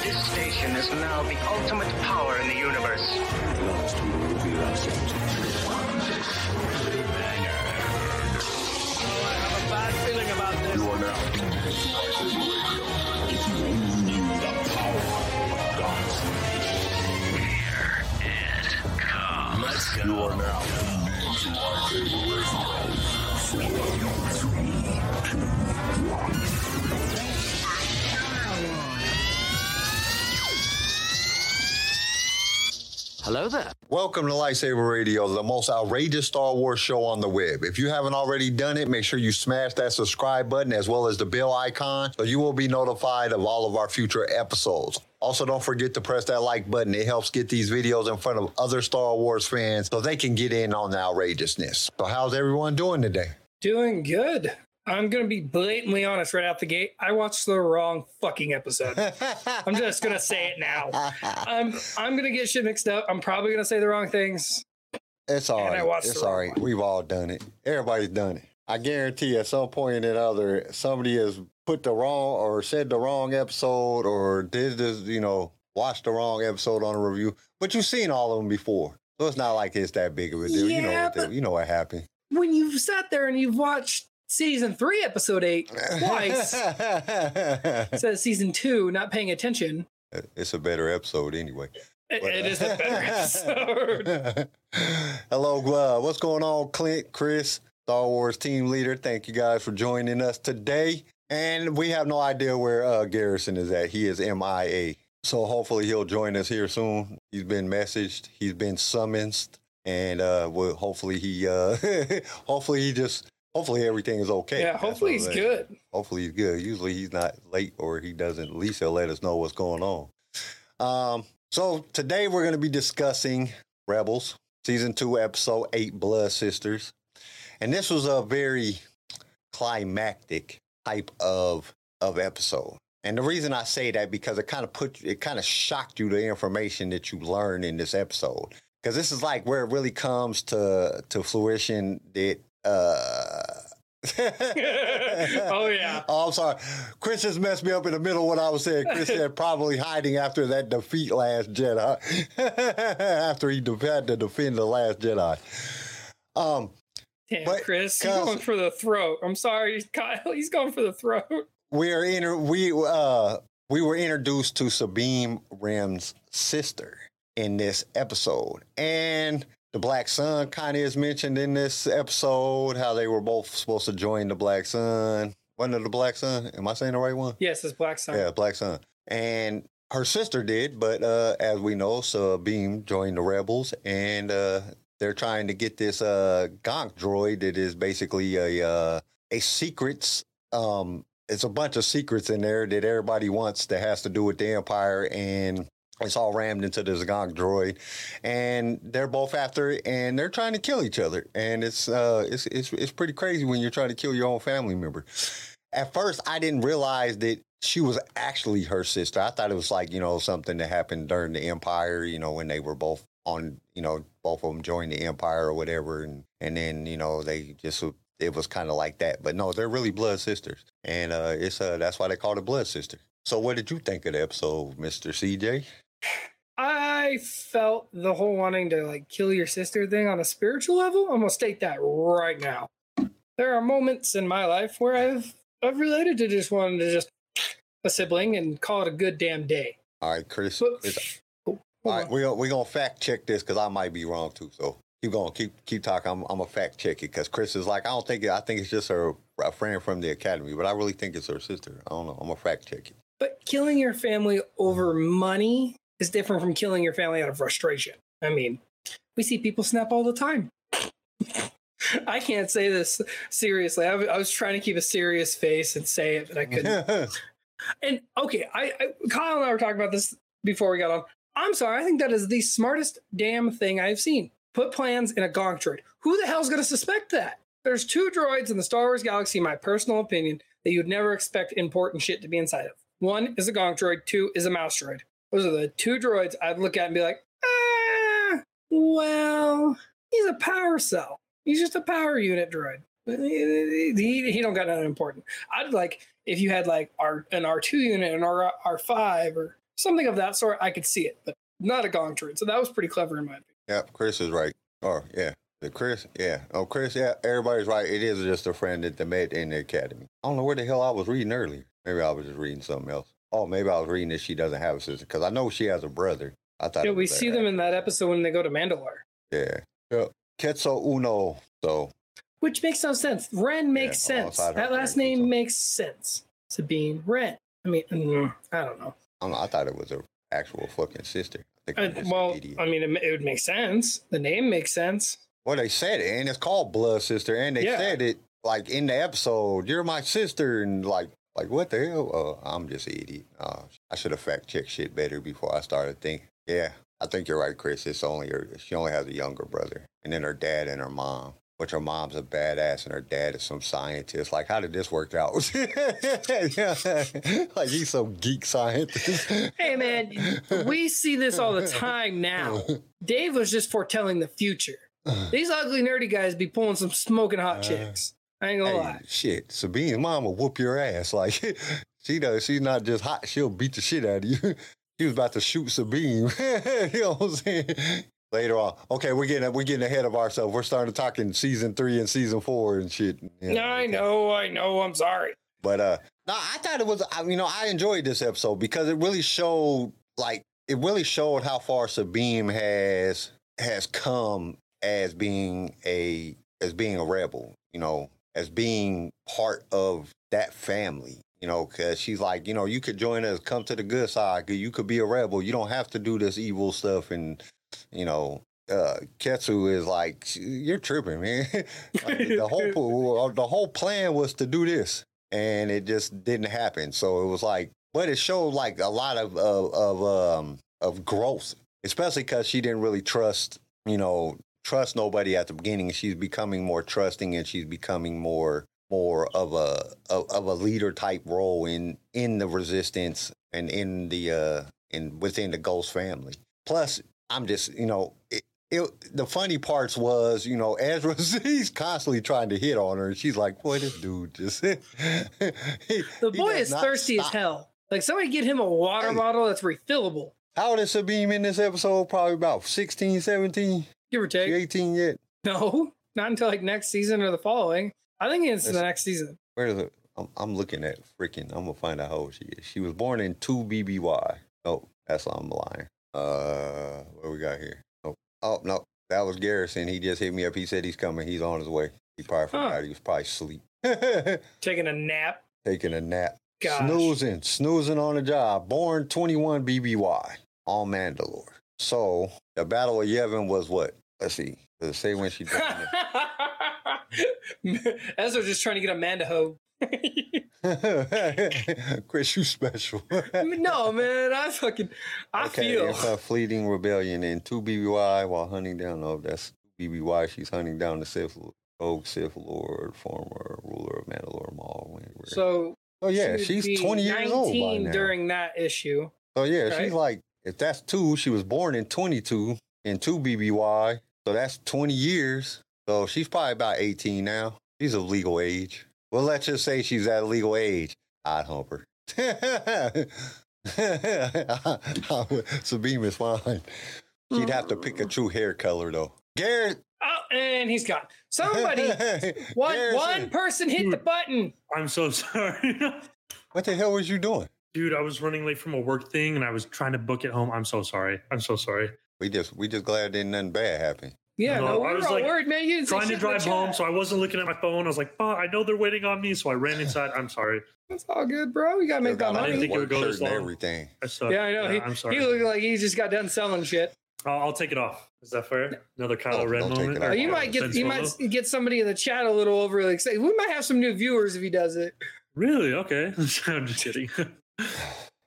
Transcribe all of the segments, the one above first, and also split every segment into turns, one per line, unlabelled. Nation is now the ultimate power in the universe.
Last we will be
bad feeling about this.
You are now in Spices Radio. If you only knew the power of God. Let's go. You are now in Spices Radio.
Hello there.
Welcome to Lightsaber Radio, the most outrageous Star Wars show on the web. If you haven't already done it, make sure you smash that subscribe button as well as the bell icon so you will be notified of all of our future episodes. Also, don't forget to press that like button. It helps get these videos in front of other Star Wars fans so they can get in on the outrageousness. So, how's everyone doing today?
Doing good. I'm gonna be blatantly honest right out the gate. I watched the wrong fucking episode. I'm just gonna say it now. I'm I'm gonna get shit mixed up. I'm probably gonna say the wrong things.
It's all
And I
right.
watched
It's
the
all
wrong
right. We've all done it. Everybody's done it. I guarantee at some point or another, somebody has put the wrong or said the wrong episode or did this, you know, watched the wrong episode on a review. But you've seen all of them before. So it's not like it's that big of a deal. you know
Yeah,
what they-
but-
you know what happened.
When you've sat there and you've watched season three, episode eight twice, says season two, not paying attention.
it's a better episode anyway.
It, it is a better episode.
Hello, Glove. What's going on, Clint, Chris, Star Wars team leader? Thank you guys for joining us today. And we have no idea where uh, Garrison is at. He is MIA. So hopefully he'll join us here soon. He's been messaged, he's been summoned, and uh, well, hopefully he, uh, hopefully he just, hopefully everything is okay.
Yeah,
That's
hopefully
what
he's
I'm saying.
good.
Hopefully he's good. Usually he's not late or he doesn't. At least he'll let us know what's going on. Um, so today we're going to be discussing Rebels season two, episode eight, Blood Sisters, and this was a very climactic type of of episode. And the reason I say that because it kind of put it kind of shocked you the information that you learned in this episode because this is like where it really comes to to fruition that. Uh,
oh yeah.
Oh, I'm sorry. Chris just messed me up in the middle when I was saying Chris said probably hiding after that defeat last Jedi. after he de- had to defend the last Jedi. Um,
Damn,
But-
Chris, he's
cause-
going for the throat. I'm sorry, Kyle. He's going for the throat.
we are inter- we uh we were introduced to Sabine Rim's sister in this episode. And the Black Sun kind of is mentioned in this episode, how they were both supposed to join the Black Sun. Wasn't it the Black Sun? Am I saying the right one?
Yes, it's Black Sun.
Yeah, Black Sun. And her sister did, but uh, as we know, Sabine joined the rebels, and uh, they're trying to get this uh, Gonk droid that is basically a uh, a secrets. Um, it's a bunch of secrets in there that everybody wants that has to do with the Empire, and it's all rammed into this Gonk droid. And they're both after it, and they're trying to kill each other. And it's uh, it's it's it's pretty crazy when you're trying to kill your own family member at first I didn't realize that she was actually her sister. I thought it was like, you know, something that happened during the empire, you know, when they were both on, you know, both of them joined the empire or whatever and and then, you know, they just it was kind of like that. But no, they're really blood sisters. And uh it's uh that's why they call it blood sister. So what did you think of the episode, Mr. CJ?
I felt the whole wanting to like kill your sister thing on a spiritual level. I'm gonna state that right now. There are moments in my life where I've I've related to just wanting to just a sibling and call it a good damn day.
All right, Chris.
But
Chris
Oh,
all
hold
right,
on.
we're gonna, we're gonna fact check this because I might be wrong too. So keep going, keep keep talking. I'm I'm gonna fact check it because Chris is like, I don't think it, I think it's just her a friend from the academy, but I really think it's her sister. I don't know. I'm gonna fact check it.
but killing your family over money is different from killing your family out of frustration. I mean, we see people snap all the time. I can't say this seriously. I, w- I was trying to keep a serious face and say it, but I couldn't. And okay, I, I Kyle and I were talking about this before we got on. I'm sorry, I think that is the smartest damn thing I've seen. Put plans in a gonk droid. Who the hell's gonna suspect that? There's two droids in the Star Wars galaxy, in my personal opinion, that you'd never expect important shit to be inside of. One is a gonk droid, two is a mouse droid. Those are the two droids I'd look at and be like, ah, well, he's a power cell. He's just a power unit droid. He, he- he don't got nothing important. I'd like if you had like R an R two unit, an R R five, or something of that sort, I could see it, but not a gong droid. So that was pretty clever in my opinion.
Yeah, Chris is right. Oh, yeah. The Chris, yeah. Oh, Chris, yeah. Everybody's right. It is just a friend that they met in the academy. I don't know where the hell I was reading earlier. Maybe I was just reading something else. Oh, maybe I was reading that she doesn't have a sister because I know she has a brother. I thought.
Yeah,
it
we
was
see
that.
them in that episode when they go to Mandalore,
Yeah. Yep. Ketso Uno. So
which makes no sense. Ren makes
Yeah,
sense.
alongside her
That last
parents and
name
stuff.
makes sense. Sabine Ren. I mean, mm, I don't know.
I don't know. I thought it was a actual fucking sister. I think
Uh,
I'm just
well,
an idiot.
I mean, it, ma- it would make sense. The name makes sense.
Well, they said it, and it's called Blood Sister, and they
Yeah.
said it like in the episode. You're my sister, and like, like what the hell? Uh, I'm just an idiot. Uh, I should have fact checked shit better before I started thinking. Yeah, I think you're right, Chris. It's only her. She only has a younger brother, and then her dad and her mom. But her mom's a badass, and her dad is some scientist. Like, how did this work out? like he's some geek scientist.
Hey, man, we see this all the time now. Dave was just foretelling the future. These ugly nerdy guys be pulling some smoking hot chicks. I ain't gonna
Uh, Hey,
lie.
shit, Sabine's mom will whoop your ass. Like she does. She's not just hot. She'll beat the shit out of you. She was about to shoot Sabine. you know what I'm saying? Later on, okay, we're getting we're getting ahead of ourselves. We're starting to talk in season three and season four and shit. Yeah.
No, I know, I know. I'm sorry.
But uh no, I thought it was I you know, I enjoyed this episode because it really showed like it really showed how far Sabine has has come as being a as being a rebel, you know, as being part of that family. You know, cause she's like, you know, you could join us, come to the good side. You could be a rebel. You don't have to do this evil stuff. And you know, uh, Ketsu is like, you're tripping, man. Like, the whole the whole plan was to do this and it just didn't happen. So it was like, but it showed like a lot of of, of um of growth, especially because she didn't really trust, you know, trust nobody at the beginning. She's becoming more trusting, and she's becoming more more of a of, of a leader type role in in the resistance and in the uh in within the Ghost family. Plus, I'm just you know. It, it, the funny parts was, you know, Ezra, he's constantly trying to hit on her, and she's like, "Boy, this dude just." he-
The
he
boy
does
is
not
thirsty as
stop.
hell. Like somebody get him a water
Hey.
bottle that's refillable.
How old is Sabine in this episode? Probably about 16, 17,
Give or
She
take.
18 yet.
No, not until like next season or the following. I think it's the
Listen.
next season.
Where is it? I'm, I'm looking at freaking. I'm gonna find out how old she is. She was born in two BBY. Nope, that's I'm lying. Uh, what we got here? Nope. Oh no, that was Garrison. He just hit me up. He said he's coming. He's on his way. He probably
Huh.
forgot. He was probably asleep,
Taking a nap.
taking a nap,
Gosh.
snoozing, snoozing on the job. Born 21 BBY on Mandalore. So the Battle of Yavin was what? Let's see. Does it say when she? died?
Ezra just trying to get a man to hoe.
Chris, you special.
no, man, I fucking, I feel.
It's a fleeting rebellion in two BBY while hunting down. Oh, that's BBY. She's hunting down the Sith Lord- Rogue Sith Lord, former ruler of Mandalore Maul. Wingrave.
So
oh yeah,
she would
she's
be
twenty years old by
19
now.
during that issue.
so yeah,
right?
she's like if that's two, she was born in twenty two in two BBY, so that's twenty years. So she's probably about eighteen now. She's of legal age. Well, let's just say she's at legal age. I'd hump her. Sabine is fine. She'd have to pick a true hair color though. Garrett,
Oh, and he's gone. Somebody, one
Garrison,
one person hit the button.
I'm so sorry.
What the hell was you doing?
Dude, I was running late from a work thing and I was trying to book it home. I'm so sorry. I'm so sorry.
We just we just glad didn't nothing bad happen.
Yeah,
No,
no,
I
we
was
were all
like
worried, man. You didn't say
Trying to
shit in the
drive home,
chat.
so I wasn't looking at my phone. I was like, "Fuck, I know they're waiting on me, so I ran inside. I'm sorry.
That's all good, bro. You gotta make that
Got
I
on
didn't
money.
think it would
work
go
shirt
this
and
long.
everything.
I suck.
Yeah, I know. he,
I'm sorry.
he looked like he just got done selling shit.
I'll, I'll take it off. Is that fair? Another Kylo
No,
Ren
don't take
moment.
it off.
or
you might get
Sin
you might
Solo?
get somebody in the chat a little overly excited. We might have some new viewers if he does it.
Really? Okay. I'm just kidding.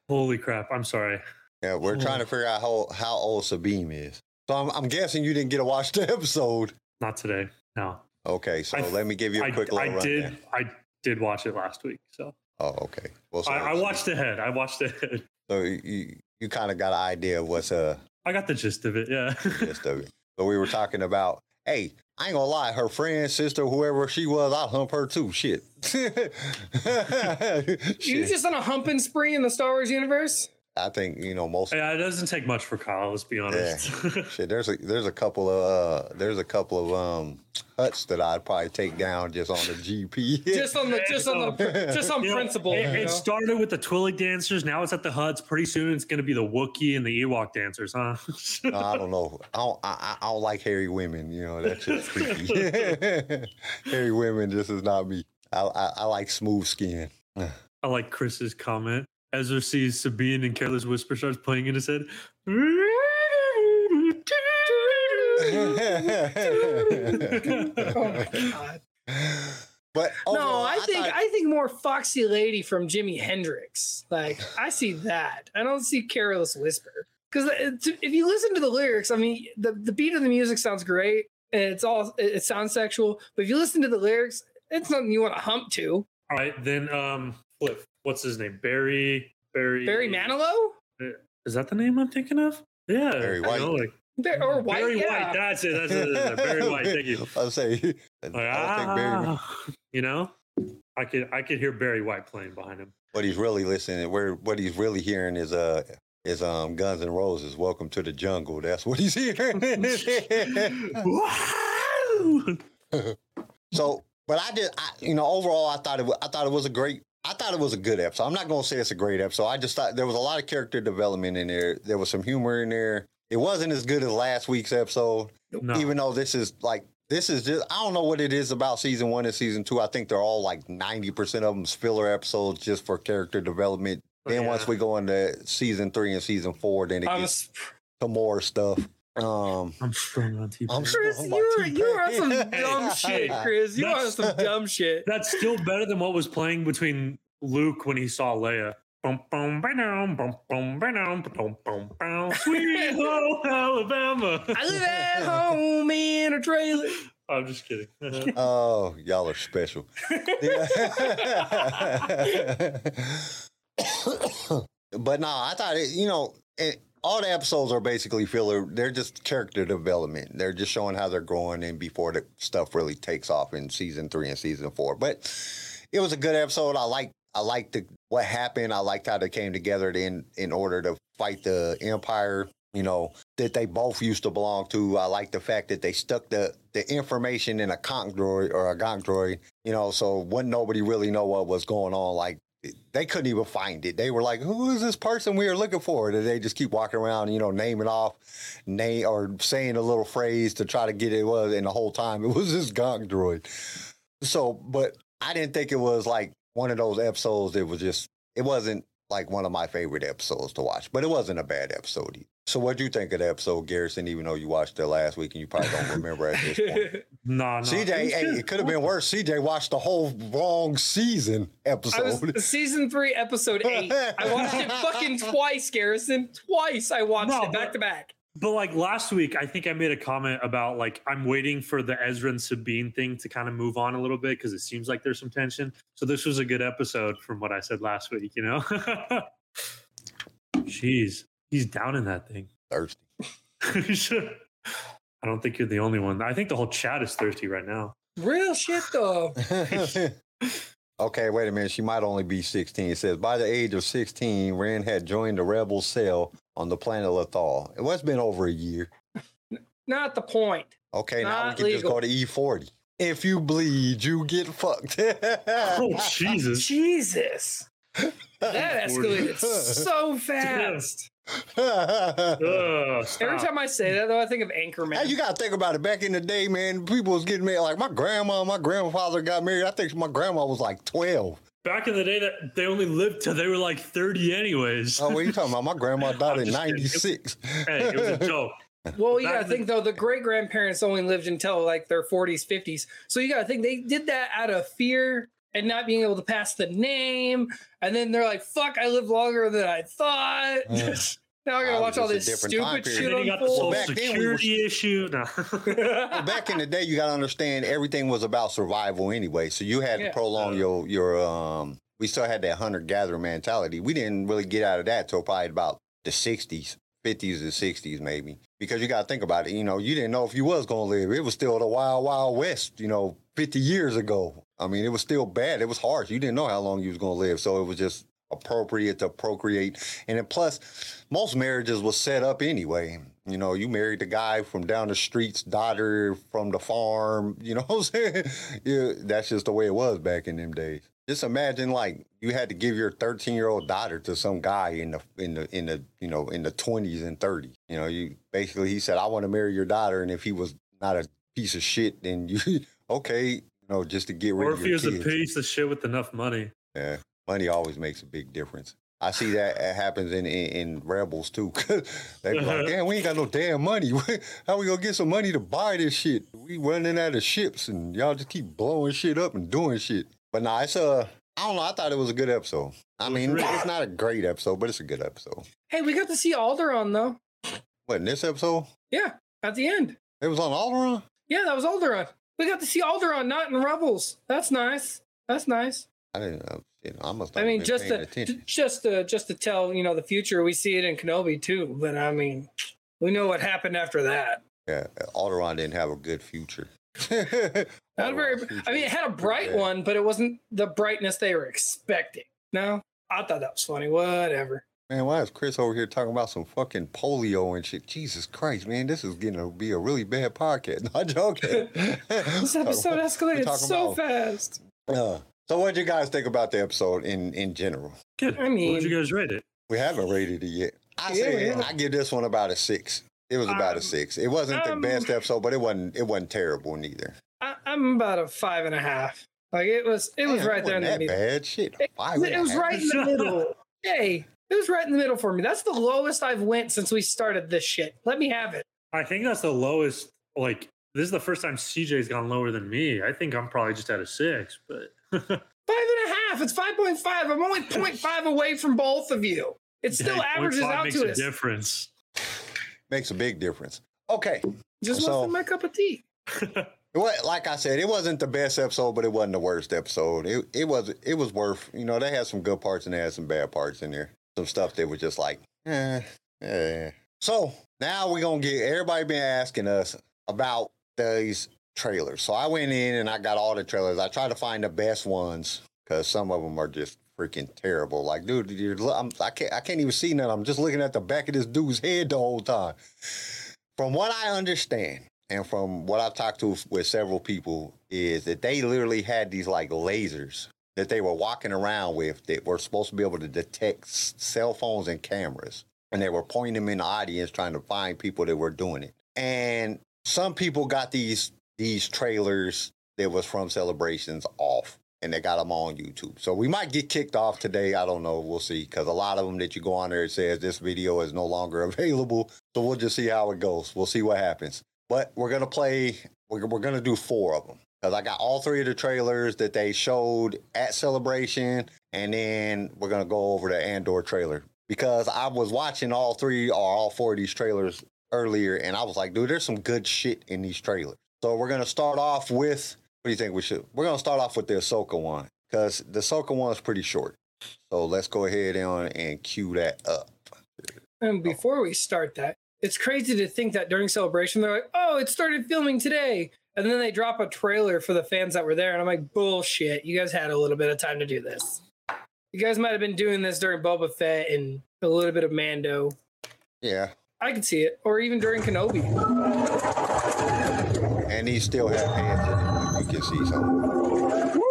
Holy crap! I'm sorry.
Yeah, we're trying to figure out how how old Sabine is. So I'm, I'm guessing you didn't get to watch the episode.
Not today. No.
Okay, so
I-
let me give you
I,
a quick little
I
run.
did. I did watch it last week. So
Oh, okay. Well, so,
I, I watched ahead. I watched ahead.
So you you kind of got an idea of what's uh
I got the gist of it. Yeah.
the gist of it. So we were talking about. Hey, I ain't gonna lie. Her friend, sister, whoever she was, I'll hump her too. Shit.
You
Shit.
just on a humping spree in the Star Wars universe?
I think you know most
Yeah, it doesn't take much for Kyle. Let's be honest.
shit. There's a there's a couple of uh, there's a couple of um huts that I'd probably take down just on the GP.
Just on the just on the just on
You know,
principle.
it,
you
it
know?
started with the Twilly dancers. Now it's at the Huds. Pretty soon, it's going to be the Wookiee and the Ewok dancers, huh?
No, I don't know. I don't, I, I I don't like hairy women. You know that shit's creepy. hairy women. This is not me. I I, I like smooth skin.
I like Chris's comment. Ezra sees Sabine and Careless Whisper starts playing in his head. I
Oh my God.
But
no,
overall,
I, think
thought-
I think more Foxy Lady from Jimi Hendrix. Like I see that. I don't see Careless Whisper because if you listen to the lyrics, I mean, the the beat of the music sounds great and it's all it, it sounds sexual. But if you listen to the lyrics, it's something you want to hump to.
All right, then um, Cliff. What's his name? Barry. Barry.
Barry Manilow
Is that the name I'm thinking of? Yeah.
Barry
you
White.
know, like-
Bar- or White.
Barry
yeah.
White. That's it. That's it. that's it. Barry White. Thank you.
I was saying, I don't
Like,
think Barry,
ah, you know, I could I could hear Barry White playing behind him.
what he's really listening, where what he's really hearing is uh is um Guns N' Roses, Welcome to the Jungle. That's what he's hearing.
Wow!
so, but I did, I, you know, overall, I thought it, wa- I thought it was a great. I thought it was a good episode. I'm not gonna say it's a great episode. I just thought there was a lot of character development in there. There was some humor in there. It wasn't as good as last week's episode.
No.
even though this is like this is just I don't know what it is about season one and season two. I think they're all like ninety percent of them filler episodes just for character development. Then
Oh, Yeah.
once we go into season three and season four, then it
I'm
gets some more stuff. Um,
I'm strong on TV.
I'm
Chris,
strong by
you are you are on some
T-Pain.
dumb shit, Chris. You are on some dumb shit.
That's still better than what was playing between Luke when he saw Leia. Bum, bum, ba-dum, bum, bum, ba-dum, ba-dum, bum, bum. Sweet home Alabama.
I live at home in a trailer.
I'm just kidding.
Oh, y'all are special. Yeah. but no, I thought it, you know, it, all the episodes are basically filler. They're just character development. They're just showing how they're growing and before the stuff really takes off in season three and season four. But it was a good episode. I like I liked the, what happened. I liked how they came together in in order to fight the Empire. You know that they both used to belong to. I like the fact that they stuck the the information in a conch droid or a gonk droid. You know, so wouldn't nobody really know what was going on. Like they couldn't even find it. They were like, "Who is this person we are looking for?" And they just keep walking around, you know, naming off name or saying a little phrase to try to get it was. And the whole time it was this gonk droid. So, but I didn't think it was like one of those episodes. It was just it wasn't like one of my favorite episodes to watch, but it wasn't a bad episode. Either. So, what do you think of the episode, Garrison? Even though you watched it last week and you probably don't remember at this point.
no, no.
CJ,
was
hey,
good.
it could have been worse. CJ watched the whole wrong season
I was
episode.
season three, episode eight. I watched it fucking twice, Garrison. Twice I watched
No,
it back
but-
to back.
But like last week, I think I made a comment about like I'm waiting for the Ezra and Sabine thing to kind of move on a little bit because it seems like there's some tension. So this was a good episode from what I said last week, you know? Jeez, he's down in that thing.
Thirsty.
I don't think you're the only one. I think the whole chat is thirsty right now.
Real shit though.
okay, wait a minute. She might only be 16. It says, by the age of 16, Ren had joined the rebel cell on the planet Lethal. It was been over a year.
Not the point.
Okay, now we
Not
can just go to E40. If you bleed, you get fucked.
Oh Jesus!
Jesus. That
E40.
escalated so fast.
Ugh, stop.
Every time I say that though, I think of Anchorman.
Hey, you gotta think about it. Back in the day, man, people was getting married. Like my grandma, and my grandfather got married. I think my grandma was like twelve.
Back in the day, that they only lived till they were like 30, anyways.
Oh, what are you talking about? My grandma died
I'm
in
just kidding.
ninety six.
hey, it was a joke.
well, you
back
gotta
in-
think though, the great grandparents only lived until like their 40s, 50s. So you gotta think they did that out of fear and not being able to pass the name. And then they're like, fuck, I lived longer than I thought.
Yeah.
now I
Ah,
gotta
it was
watch all
just a
this
different time
stupid
period.
shit
And then you got the
Well,
social
unfold.
back then we
security issue. No.
back in the day, you got to understand everything was about survival anyway. So you had
Yeah.
to prolong your your um. We still had that hunter gatherer mentality. We didn't really get out of that till probably about the sixties, fifties, and sixties maybe. Because you got to think about it. You know, you didn't know if you was gonna live. It was still the wild, wild west. You know, fifty years ago. I mean, it was still bad. It was harsh. You didn't know how long you was gonna live. So it was just appropriate to procreate. And then plus, most marriages was set up anyway. You know, you married the guy from down the street's daughter from the farm. You know what I'm saying? yeah, that's just the way it was back in them days. Just imagine like you had to give your 13 year old daughter to some guy in the in the in the you know in the 20s and 30s. You know, you basically he said, "I want to marry your daughter," and if he was not a piece of shit, then you okay, you know, just to get rid
Or
of
if he
your
was a
kids.
piece of shit with enough money.
Yeah, money always makes a big difference. I see that it happens in, in, in rebels too. 'cause they be like, damn, we ain't got no damn money. How we gonna get some money to buy this shit? We running out of ships, and y'all just keep blowing shit up and doing shit. But nah, it's uh, I don't know. I thought it was a good episode. I mean,
really-
it's not a great episode, but it's a good episode.
Hey, we got to see Alderon though.
What in this episode?
Yeah, at the end.
It was on Alderaan.
Yeah, that was Alderon. We got to see Alderon, not in Rebels. That's nice. That's nice.
I didn't. Uh, shit, I must.
I
not
mean,
been
just
paying
to
attention.
j- just to just to tell you know the future, we see it in Kenobi too. But I mean, we know what happened after that.
Yeah, Alderaan didn't have a good future. Oh,
Not very.
Alderaan's
I mean, it had a
pretty
bright
bad.
one, but it wasn't the brightness they were expecting. No, I thought that was funny. Whatever.
Man, why is Chris over here talking about some fucking polio and shit? Jesus Christ, man, this is gonna be a really bad podcast. Not joking.
This episode escalated
talking
so
about-
fast.
Uh, so, what would you guys think about the episode in in general?
Good.
I
what would
mean-
you guys rate it?
We haven't rated it yet. I
Yeah,
say
yeah.
I give this one about a six. It was about a
Um,
six. It wasn't the
um,
best episode, but it wasn't it wasn't terrible neither.
I, I'm about a five and a half. Like it was, it was
Damn,
right there in
wasn't
the
that
middle.
bad shit.
It-
Five and
It
a
was
half?
right in the middle. Hey, it was right in the middle for me. That's the lowest I've went since we started this shit. Let me have it.
I think that's the lowest. Like, this is the first time CJ's gone lower than me. I think I'm probably just at a six, but
Five and a half. It's five point five. I'm only 0.5 away from both of you. It still
Dang,
averages
0.5
out
makes
to
a
us.
difference.
Makes a big difference. Okay,
Just
So-
wasn't my cup of tea.
Well, like I said, it wasn't the best episode, but it wasn't the worst episode. It it was it was worth. You know, they had some good parts and they had some bad parts in there. Some stuff that was just like, eh, eh. So now we're gonna get everybody been asking us about these trailers. So I went in and I got all the trailers. I tried to find the best ones because some of them are just freaking terrible. Like, dude, you're, I'm, I can't I can't even see none. I'm just looking at the back of this dude's head the whole time. From what I understand and from what I've talked to with several people, is that they literally had these like lasers that they were walking around with that were supposed to be able to detect s- cell phones and cameras. And they were pointing them in the audience trying to find people that were doing it. And some people got these these trailers that was from celebrations off and they got them on YouTube. So we might get kicked off today. I don't know. We'll see. Because a lot of them that you go on there, it says this video is no longer available. So we'll just see how it goes. We'll see what happens. But we're gonna play. We're, we're gonna do four of them because I got all three of the trailers that they showed at Celebration, and then we're gonna go over the Andor trailer because I was watching all three or all four of these trailers earlier, and I was like, dude, there's some good shit in these trailers. So we're gonna start off with. What do you think we should? We're gonna start off with the Ahsoka one because the Ahsoka one's pretty short. So let's go ahead and, and cue that up.
Oh.
And before we start that, it's crazy to think that during celebration they're like, "Oh, it started filming today," and then they drop a trailer for the fans that were there, and I'm like, "Bullshit! You guys had a little bit of time to do this. You guys might have been doing this during Boba Fett and a little bit of Mando.
Yeah,
I could see it, or even during Kenobi.
and he still had hands in him. You can see something.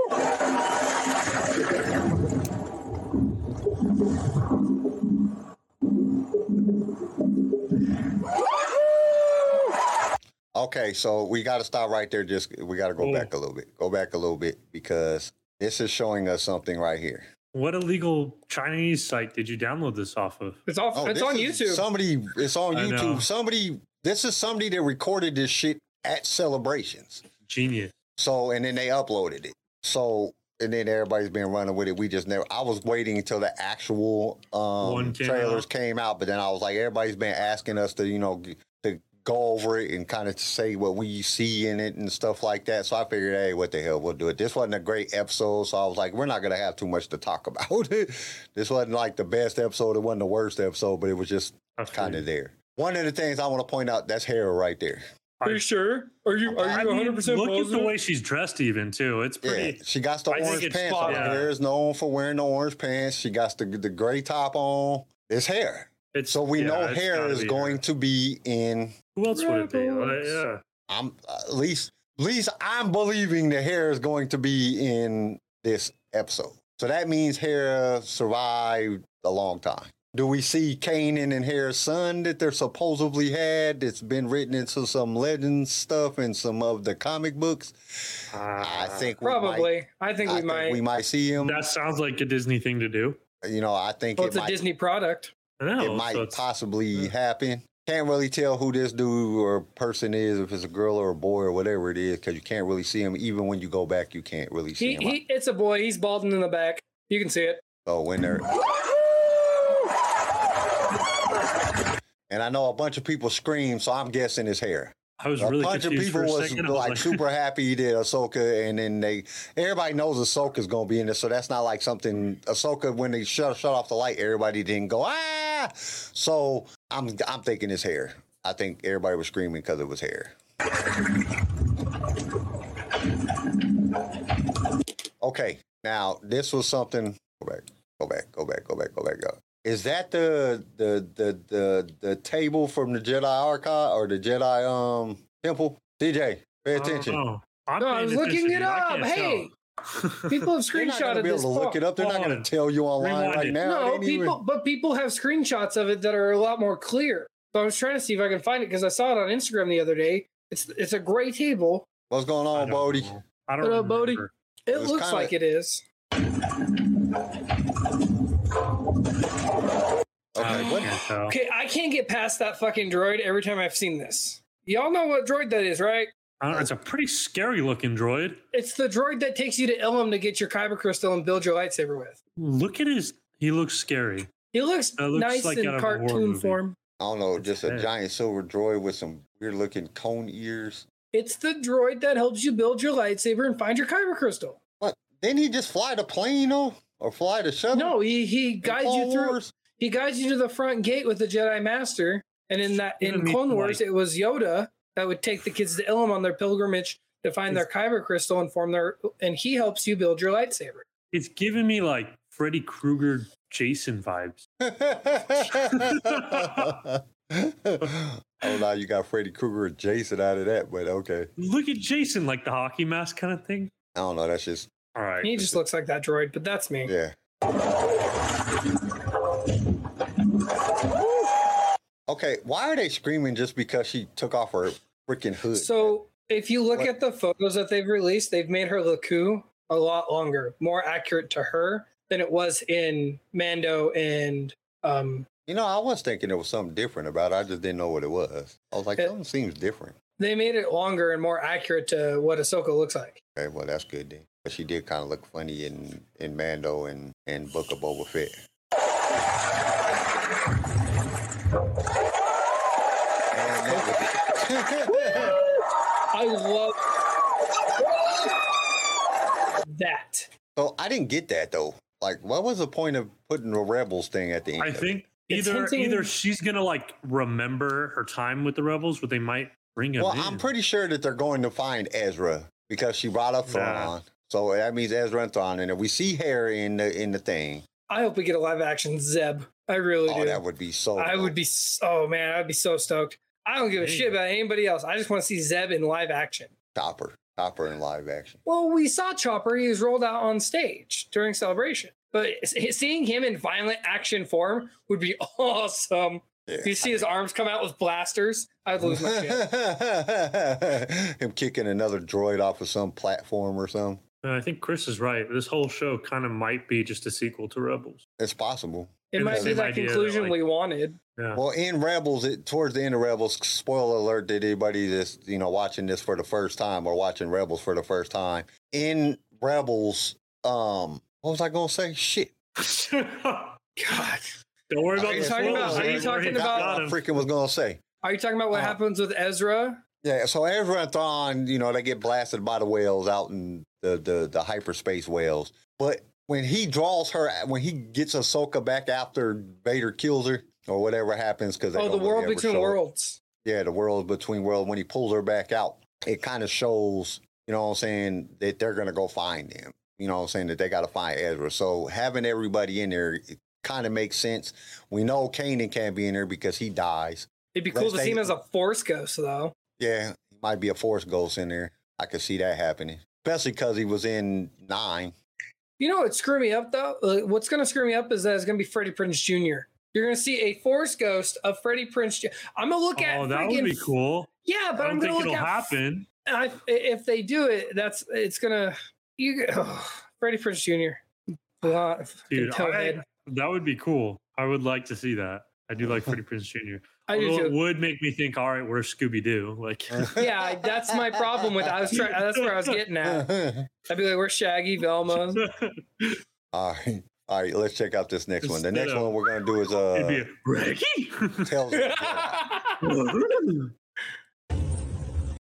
Okay, so we got to stop right there. Just we got to go
Oh.
back a little bit. Go back a little bit because this is showing us something right here.
what illegal Chinese site did you download this off of?
It's off. it's
Oh, this
on
is
YouTube.
Somebody, it's on
I know.
YouTube. Somebody, this is somebody that recorded this shit at celebrations.
Genius.
So and then they uploaded it. So and then everybody's been running with it. We just never. I was waiting until the actual um,
One came
trailers
out.
came out, but then I was like, everybody's been asking us to you know g- to go over it and kind of say what we see in it and stuff like that. So I figured, hey, what the hell, we'll do it. This wasn't a great episode, so I was like, we're not gonna have too much to talk about. this wasn't like the best episode. It wasn't the worst episode, but it was just
That's
kind
pretty-
of there. One of the things I want to point out that's Hera right there.
Are you sure? Are you are you
I mean,
100 percent
look at the
positive?
way she's dressed, even too. It's
Yeah,
pretty.
she got the
I think
orange
it's
pants
spot
on.
on.
Hair is known for wearing the orange pants. She got the the gray top on. It's hair,
It's
so we
yeah,
know
it's
hair
gotta
is
be
going
her.
to be in.
Who else would it be? Like,
Rebels.
yeah,
I'm at least at least I'm believing the hair is going to be in this episode. So that means hair survived a long time. Do we see Kanan and Hare's son that they're supposedly had that's been written into some legend stuff and some of the comic books? I
Ah.
think we might-
Probably. I think
I
we
think
might.
we might see him.
that sounds like a Disney thing to do.
you know, I think
well,
it
it's a
might
Disney product.
I know.
it might
so it's-
possibly
yeah.
happen. Can't really tell who this dude or person is, if it's a girl or a boy or whatever it is, because you can't really see him. Even when you go back, you can't really see
He,
him.
he, it's a boy. He's balding in the back. You can see it.
so when they're and I know a bunch of people scream, so I'm guessing it's hair.
I was
A
really
bunch of
confused
people
for a
was
second. I was
like, super happy that Ahsoka, and then they everybody knows Ahsoka's gonna be in this, so that's not like something Ahsoka when they shut shut off the light, everybody didn't go ah. So I'm I'm thinking it's hair. I think everybody was screaming because it was hair. Okay, now this was something. Go back, go back, go back, go back, go back, go. Is that the the the the the table from the Jedi archive or the Jedi um temple? DJ, pay attention.
Oh, I'm
No, I
paying
was looking
attention,
it
dude. I
up.
can't
Hey, people have
tell.
They're not gonna
screenshotted
be able
this.
to look
far.
it up. They're not
Hold
going
on.
to tell you online
Rewind
right
it.
now.
No,
It ain't even-
people, but people have screenshots of it that are a lot more clear. So I was trying to see if I can find it because I saw it on Instagram the other day. It's it's a gray table.
What's going
I
on,
don't
Bodie?
know. I don't
What
know,
up, Bodie? It,
It was
looks
kinda-
like it is.
Okay, what?
Okay, I can't get past that fucking droid every time I've seen this. Y'all know what droid that is, right?
I don't, it's a pretty scary looking droid.
It's the droid that takes you to Ilum to get your kyber crystal and build your lightsaber with.
Look at his. He looks scary.
He looks,
That looks
nice
like
in
out of a horror
cartoon
movie.
form.
I don't know.
It's
Just a
hair.
giant silver droid with some weird looking cone ears.
It's the droid that helps you build your lightsaber and find your kyber crystal.
Didn't he just fly the plane though, or fly the shuttle?
No, he he
in
guides
Clone
you through.
Wars?
He guides you to the front gate with the Jedi Master, and in that in
Even me,
Clone
like-
Wars, it was Yoda that would take the kids to Ilum on their pilgrimage to find their kyber crystal and form their. And he helps you build your lightsaber.
It's giving me like Freddy Krueger, Jason vibes.
oh, now you got Freddy Krueger and Jason out of that, but okay.
Look at Jason, like the hockey mask kind of thing.
I don't know. That's just
All right.
He just looks like that droid, but that's me.
yeah. Okay, why are they screaming just because she took off her freaking hood?
So if you look
What-
at the photos that they've released, they've made her Laku a lot longer, more accurate to her than it was in Mando and um
You know, I was thinking there was something different about it. I just didn't know what it was. I was like,
Yeah.
something seems different.
they made it longer and more accurate to what Ahsoka looks like.
Okay, well, that's good then. But she did kind of look funny in, in Mando and, and Book of Boba Fett. And that was-
I love that.
so Oh, I didn't get that though. Like, what was the point of putting the Rebels thing at the end?
I
of it?
think
It's
either
hinting-
either she's gonna like remember her time with the rebels, but they might bring him.
Well,
in.
I'm pretty sure that they're going to find Ezra because she brought up Thrawn.
Nah.
So that means Ezra and Thrawn, and if we see her in the in the thing,
I hope we get a live action Zeb. I really
oh,
do.
that would be so.
I
dope.
would be s- oh man, I'd be so stoked. I don't give a
Hey.
shit about anybody else. I just want to see Zeb in live action.
Chopper, Chopper in live action.
Well, we saw Chopper. He was rolled out on stage during celebration. But s- seeing him in violent action form would be awesome.
Yeah.
You see his arms come out with blasters. I'd lose my shit.
Him kicking another droid off of some platform or something.
Uh, I think Chris is right. This whole show kind of might be just a sequel to Rebels.
It's possible.
It
And
might
the
be
same
that
idea that,
conclusion
like-
we wanted.
Yeah.
Well, in Rebels, it, towards the end of Rebels, spoiler alert to anybody that's you know watching this for the first time or watching Rebels for the first time. In Rebels, um, what was I gonna say? Shit.
God.
Don't worry about
Are you
the
talking
spoilers.
about- are you
We've
talking
already
about-
got
That's what I
'em.
freaking was gonna say.
Are you talking about what
Oh.
happens with Ezra?
Yeah, so Ezra and Thrawn, you know, they get blasted by the whales out in the, the, the hyperspace whales. But when he draws her, when he gets Ahsoka back after Vader kills her or whatever happens, because
Oh, the world Oh, between worlds.
yeah, the world between world, when he pulls her back out, it kind of shows, you know what I'm saying, that they're going to go find him. You know what I'm saying, that they got to find Ezra. So having everybody in there, it kind of makes sense. We know Kanan can't be in there because he dies.
It'd be cool
Let's
to see
say-
him as a force ghost, though.
Yeah, he might be a force ghost in there. I could see that happening, especially because he was in nine.
You know what screw me up though? Uh, What's gonna screw me up is that it's gonna be Freddie Prince Jr. You're gonna see a force ghost of Freddie Prince. Jr. I'm gonna look at.
oh, that would
freaking-
be cool.
Yeah, but
I
I'm gonna
don't think
look
it'll
at.
happen.
I, if they do it, that's it's gonna. You oh, Freddie Prince Jr. Blah,
Dude,
toe
I,
head.
that would be cool. I would like to see that. I do like Freddie Prince Jr.
I do
Although it
too.
would make me think, all right, we're Scooby Doo. Like,
Uh,
Yeah, I- that's my problem with. I was trying. That's where I was getting at. I'd be like, "We're Shaggy, Velma."
All right. All right, let's check out this next one. The
Instead
next
of-
one we're gonna do is uh
it'd be a Reggie.
Tales of the Jedi.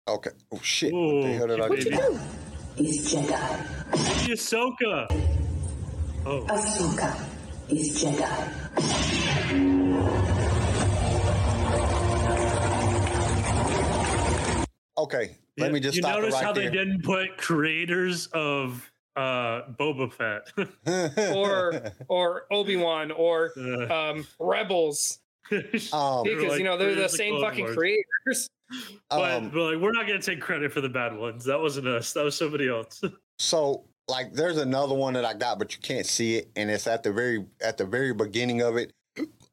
Okay. Oh shit. what the
Whoa,
hell did I
what
do?
you
is Jedi.
It'd be Ahsoka. Oh,
Ahsoka is Jedi.
Okay. Let
Yeah,
me just
You
stop it
notice how
right
they
there.
didn't put creators of uh Boba Fett.
or or Obi Wan or
Uh,
um, Rebels Uh,
um,
because
like,
you know they're the
"Here's the
same
Clone
fucking
Wars."
creators.
but
um,
but, like we're not gonna take credit for the bad ones. That wasn't us. That was somebody else.
so like there's another one that I got, but you can't see it, and it's at the very at the very beginning of it.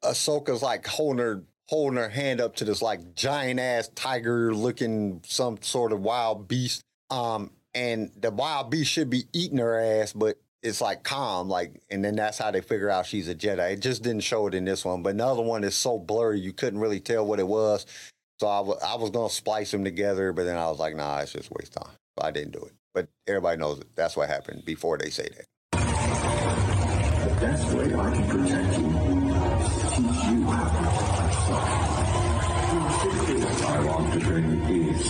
Ahsoka's like holding her holding her hand up to this like giant ass tiger looking some sort of wild beast. Um, and the wild beast should be eating her ass, but it's like calm, like, and then that's how they figure out she's a Jedi. It just didn't show it in this one, but another one is so blurry you couldn't really tell what it was. So I wa- I was gonna splice them together, but then I was like, nah, it's just waste time. So I didn't do it. But everybody knows it. That's what happened before they say that.
The best way I can protect you is teach you how to protect yourself. The Tyrant Tatooine is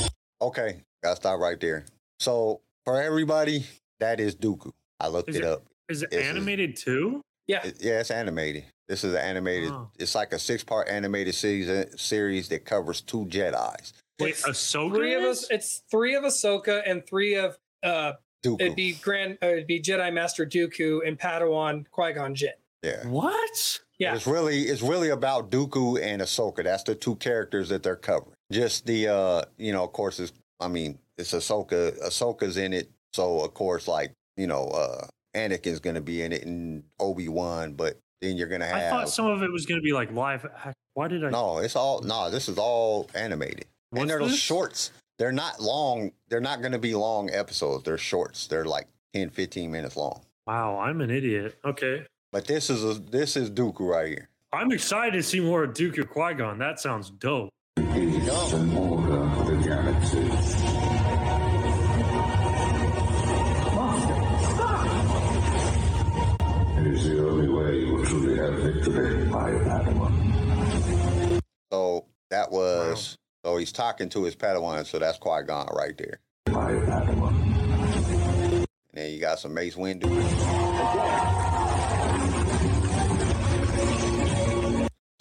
Okay, gotta stop right there. So for everybody, that is Dooku. I looked
Is
it
it-
up.
Is it
This is-
animated too?
Yeah,
It- yeah, it's animated. This is an animated.
Oh.
It's like a six-part animated series series that covers two Jedi's.
Wait,
It's
Ahsoka.
three of us.
is?
It's three of Ahsoka and three of uh,
Dooku.
it'd be Grand, uh, it'd be Jedi Master Dooku and Padawan Qui Gon Jinn.
yeah.
What?
Yeah,
It's really it's really about Dooku and Ahsoka. That's the two characters that they're covering. Just the uh, you know, of course, it's I mean, it's Ahsoka. Ahsoka's in it, so of course, like you know, uh, Anakin's gonna be in it and Obi Wan, but then you're gonna
I
have
thought some of it was gonna be like live. act- Why did I?
no. It's all no. This is all animated,
What's
and they're
this?
shorts. They're not long. They're not gonna be long episodes. They're shorts. They're like 10, 15 minutes long.
Wow, I'm an idiot. Okay,
But this is a, this is Dooku right here.
I'm excited to see more of Dooku Qui Gon. That sounds dope.
is an order of the galaxy. It is the only way you will truly have victory, my Padawan.
So that was so he's talking to his Padawan, so that's Qui Gon right there.
My Padawan.
And then you got some Mace Windu.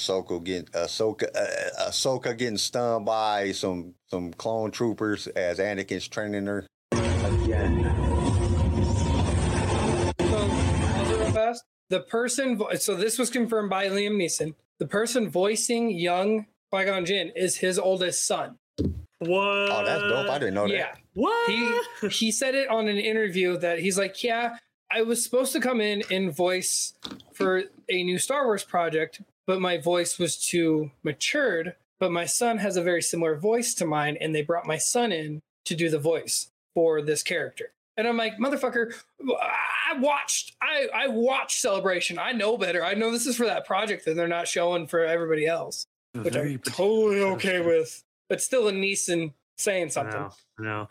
Ahsoka getting Ahsoka, uh, Ahsoka getting stunned by some some clone troopers as Anakin's training her.
So, I'll do it fast. The person, vo- so this was confirmed by Liam Neeson. The person voicing young Qui Gon Jinn is his oldest son.
What?
Oh, that's dope!
Uh,
I didn't know that.
yeah,
What?
he he said it on an interview that he's like, yeah, I was supposed to come in and voice for a new Star Wars project, but my voice was too matured. But my son has a very similar voice to mine, and they brought my son in to do the voice for this character. And I'm like, motherfucker, I watched, I I watched Celebration. I know better. I know this is for that project that they're not showing for everybody else, which I'm totally okay with. But still, a Neeson saying something.
No, no.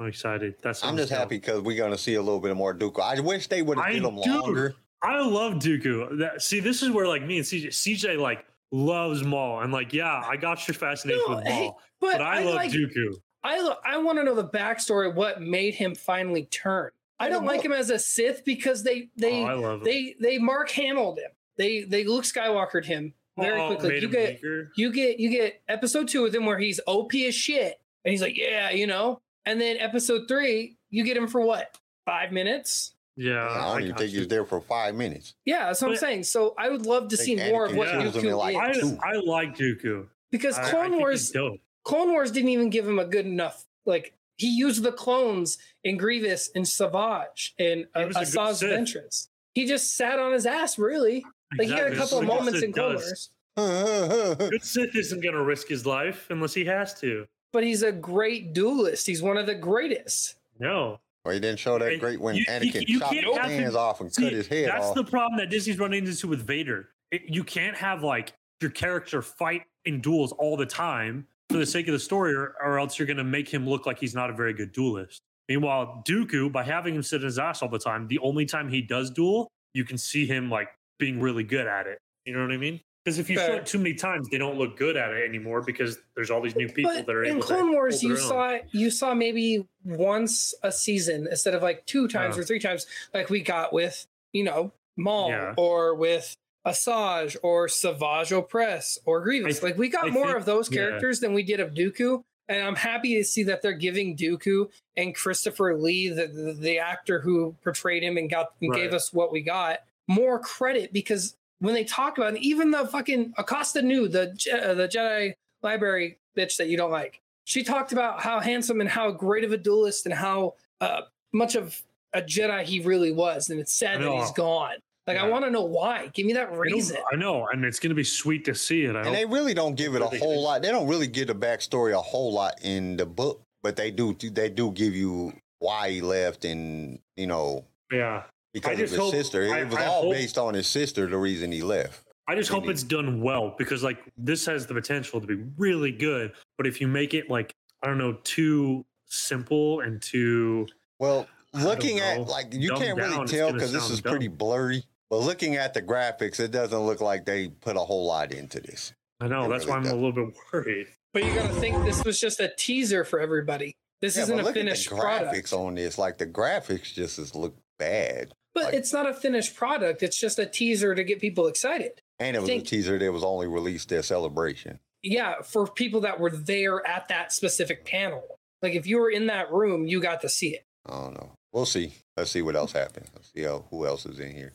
I'm excited. That's
I'm just happy because we're gonna see a little bit more Dooku. I wish they would have
I
did him
do.
longer.
I love Dooku. That, see, this is where like me and CJ, CJ like loves Maul. and like, yeah, I got your fascination
No,
with
hey,
Maul, but, I, love
like,
Dooku.
I lo- I want to know the backstory. of What made him finally turn? I don't like him as a Sith because they
oh,
they
I love him.
they they Mark Hamilled him. They they Luke Skywalkered him very
Oh,
quickly.
made
You
him
get
weaker.
you get you get episode two with him where he's OP as shit, and he's like, yeah, you know. And then episode three, you get him for what? Five minutes?
Yeah,
I don't even
got
think he
you.
was there for five minutes.
Yeah, that's what I'm
But-
saying. So I would love to
Like
see more of
Anakin
what
kills
him in, like,
Dooku
I,
is
Dude.
I like Dooku.
because
I- I
Clone
think
Wars
he's dope.
Clone Wars didn't even give him a good enough. Like he used the clones in Grievous and Savage and
He
uh,
was a good
Asajj
Sith.
Ventress. He just sat on his ass, really. Like he had
Exactly.
a couple of
That's what
moments
Sith
in Clone
does.
Wars,
Good Sith isn't going to risk his life unless he has to.
but he's a great duelist. He's one of the greatest.
No.
Or he didn't show that
And
great when
you-
Anakin
you
chopped
can't
his
have him-
hands off and
See,
cut his head
that's
off.
the problem that Disney's running into with Vader. It- you can't have like your character fight in duels all the time for the sake of the story, or, or else you're going to make him look like he's not a very good duelist. Meanwhile, Dooku, by having him sit in his ass all the time, the only time he does duel, you can see him like being really good at it. You know what I mean? Because if you show
Fair.
it too many times, they don't look good at it anymore because there's all these new people
But
that are
in
able
Clone
to
Wars,
hold
you
their own.
saw you saw maybe once a season instead of like two times
Yeah.
or three times, like we got with you know Maul
Yeah.
or with Asajj or Savage Opress or Grievous.
I-
like we got
I
more
think-
of those
yeah.
characters than we did of Dooku, and I'm happy to see that they're giving Dooku and Christopher Lee, the the, the actor who portrayed him and got and gave
Right.
us what we got, more credit because when they talk about it, even the fucking Acosta knew the Je- uh, the Jedi library bitch that you don't like. She talked about how handsome and how great of a duelist and how uh, much of a Jedi he really was, and it's sad
I
that
know.
he's gone. Like I
Yeah.
want to know why. Give me that
I know-
reason.
I know, and it's going to be sweet to see it. I
and
hope.
they really don't give it a
Really
whole
good.
lot. They don't really give the backstory a whole lot in the book, but they do. They do give you why he left, and you know
yeah.
because of
just
his
hope-
sister.
I-
it was
I
all
hope-
based on his sister. The reason he left.
I just
They
hope
need-
it's done well because like this has the potential to be really good. But if you make it like I don't know too simple and too
Well,
I don't
looking
know.
at like you
Dumbed
can't
down,
really
it's
tell
gonna
because this
sound
is pretty
dumb.
blurry. But looking at the graphics, it doesn't look like they put a whole lot into this.
I know
It
that's why I'm
really
a little bit worried.
But you got to think this was just a teaser for everybody. This
Yeah,
isn't
but
a
look at the
finished product.
graphics on this. Like the graphics just is look bad,
But
like-
it's not a finished product. It's just a teaser to get people excited.
and it was
Think-
a teaser that was only released at Celebration.
yeah, for people that were there at that specific panel. Like if you were in that room, you got to see it.
I don't know. We'll see. Let's see what else happens. Let's see how, who else is in here.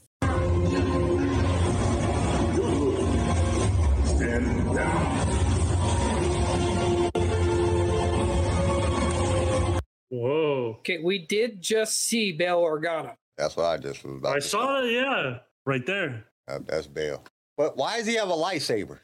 Stand down.
Whoa!
Okay, we did just see Bail Organa.
That's what I just was about.
I
to
saw it. Yeah, right there.
say. Uh, that's Bell. But why does he have a lightsaber?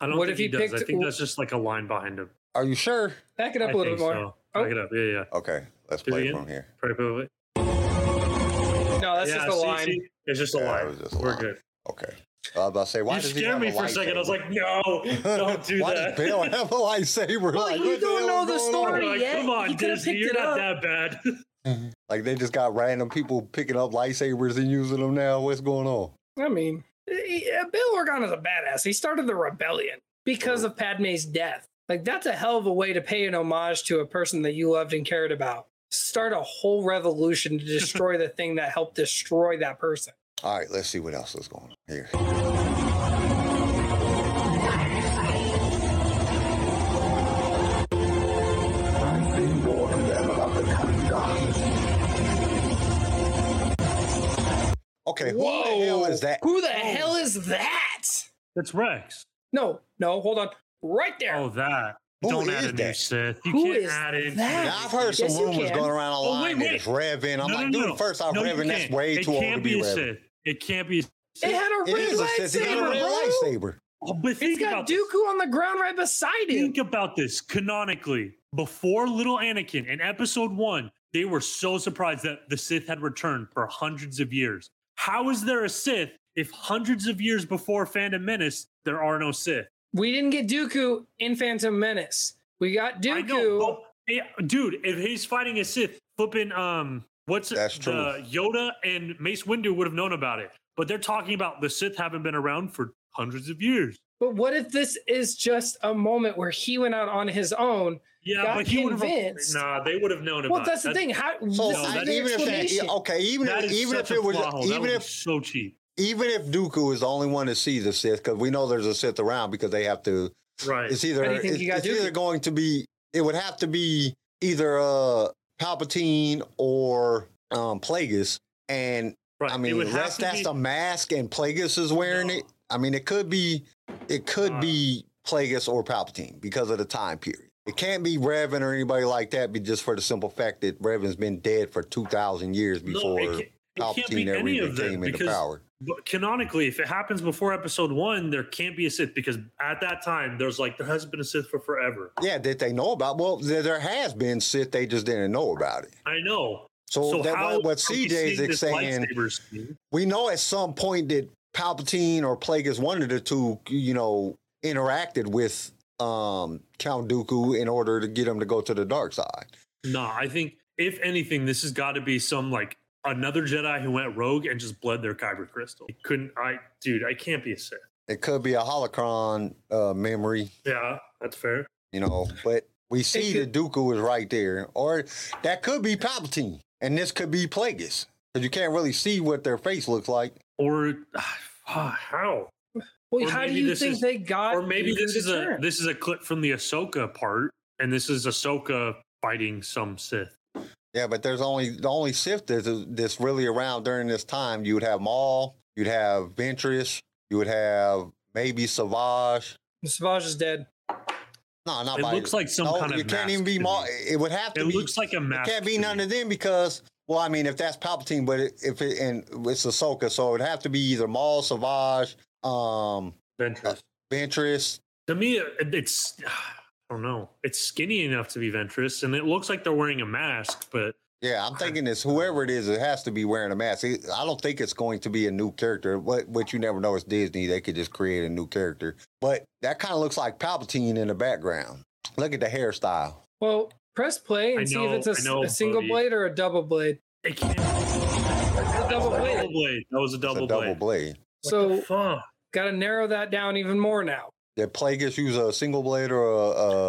I don't
What
think
if
he,
he
does. I
picked-
think that's just like a line behind him.
Are you sure?
Back it up
I
a little
think
bit more. Oh.
so. Back it up. Yeah, yeah.
Okay, let's
Do it
play
again?
from here.
Probably.
No, that's
yeah,
just a
see,
line.
see? It's just a
Yeah, it
line.
was just a
We're
line.
good.
Okay. I was about to say, why
you
does
scared
he
me
have a
for a second. I was
lightsaber?
like, no, don't do
why
that.
does Bell have a lightsaber?
Well,
Like,
you
what
don't
hell
know
is
the
going
I'm
story.
on?
like,
yet.
come
He
on,
could've
Disney,
picked
you're
it
not
up.
that bad.
Like they just got random people picking up lightsabers and using them now. What's going on?
I mean, yeah, Bail Organa's a badass. He started the rebellion because of Padme's death. Like that's a hell of a way to pay an homage to a person that you loved and cared about. Start a whole revolution to destroy the thing that helped destroy that person.
All right, let's see what else is going on here.
I've been warned them about the coming darkness.
Okay, who the hell is that? Oh.
Who the hell is that?
That's Rex.
No, no, hold on. Right there.
Oh, that.
Who
Don't
is
add a new
that?
Sith. You
Who
can't
is
add in.
that?
Now, I've heard some
Yes, you
rumors
can.
going around
Oh, wait,
online that
wait.
it's Rev in. I'm
No,
like,
no,
dude,
no.
first off,
No, you
Rev in, that's
can't.
way
it
too old
can't
to be
a
Rev.
Sith. It can't be. a
it
Sith.
had a
It
red
is a Sith. He got a
lightsaber.
red
bro.
lightsaber.
Oh, but think
It's got
about this.
Dooku on the ground right beside him.
Think about this canonically. Before Little Anakin in Episode One, they were so surprised that the Sith had returned for hundreds of years. How is there a Sith if hundreds of years before Phantom Menace there are no Sith?
We didn't get Dooku in Phantom Menace. We got
I
Dooku.
know, but- yeah, dude. If he's fighting a Sith, flipping um, what's it-
That's true.
the Yoda and Mace Windu would have known about it, but they're talking about the Sith haven't been around for hundreds of years.
But what if this is just a moment where he went out on his own?
Yeah,
Got
but he would have.
convinced.
Nah, they would have known about.
Well,
it.
that's the thing. How
So
this
I-
is
that's-
the
even if
explanation.
that, okay, even
that
if,
is
even if
such a
it was,
plot hole. That
even
would be
if
so cheap.
even if Dooku is the only one to see the Sith, because we know there's a Sith around because they have to.
Right.
It's either
How do you think
it's,
you got
it's either
Dooku?
going to be it would have to be either uh Palpatine or um Plagueis, and
right.
I
It
mean
would have
unless
to
that's
be-
the mask and Plagueis is wearing
No.
it. I mean it could be it could
Uh.
be Plagueis or Palpatine because of the time period. It can't be Revan or anybody like that, be just for the simple fact that Revan's been dead for two thousand years
No,
before
it can't- it can't
Palpatine
be
ever
any
even
of them
came into
because
power.
But canonically, if it happens before episode one, there can't be a Sith because at that time there's like there hasn't been a Sith for forever.
Yeah, that they know about. Well, there, there has been Sith, they just didn't know about it.
I know.
So, that
how
what, what
are we
CJ's
seeing
ex-
this
saying,
lightsaber scene?
we know at some point that Palpatine or Plagueis, one of the two, you know, interacted with um, Count Dooku in order to get him to go to the dark side.
No, I think if anything, this has got to be some like another Jedi who went rogue and just bled their kyber crystal. It couldn't I, dude? I can't be a Sith.
It could be a holocron uh, memory,
Yeah, that's fair.
you know, but we see that Dooku is right there, or that could be Palpatine, and this could be Plagueis. Because you can't really see what their face looks like.
Or ah, how?
Well,
Or
how do
maybe
you
this
think
is-
they got?
Or maybe
Dooku
this
to
is a
turn?
this is a clip from the Ahsoka part, and this is Ahsoka fighting some Sith.
Yeah, but there's only the only Sith that's, that's really around during this time. You would have Maul, you'd have Ventress, you would have maybe Savage.
Savage is dead.
No, not
It
by,
looks like some
no,
kind of
You can't even
mask
be
to
Maul.
me.
It would have to
It
be.
looks like a
it
mask.
can't be
to
none
me.
of them because well, I mean, if that's Palpatine, but it, if it and it's Ahsoka, so it would have to be either Maul, Savage, um,
Ventress.
Ventress.
To me, it- it's I don't know. It's skinny enough to be Ventress, and it looks like they're wearing a mask, but
Yeah, I'm thinking it's whoever it is, it has to be wearing a mask. It- I don't think it's going to be a new character. What what you never know is Disney, they could just create a new character. But that kind of looks like Palpatine in the background. Look at the hairstyle.
Well, press play
I
and see
know-
if it's a,
I know,
a single
Bodhi.
blade or a double blade.
it can't.
A double
Double
blade.
blade. That was a
It's
double
a double
blade.
blade.
What the
So
fuck?
got to narrow that down even more now.
Did Plagueis use a single blade or a,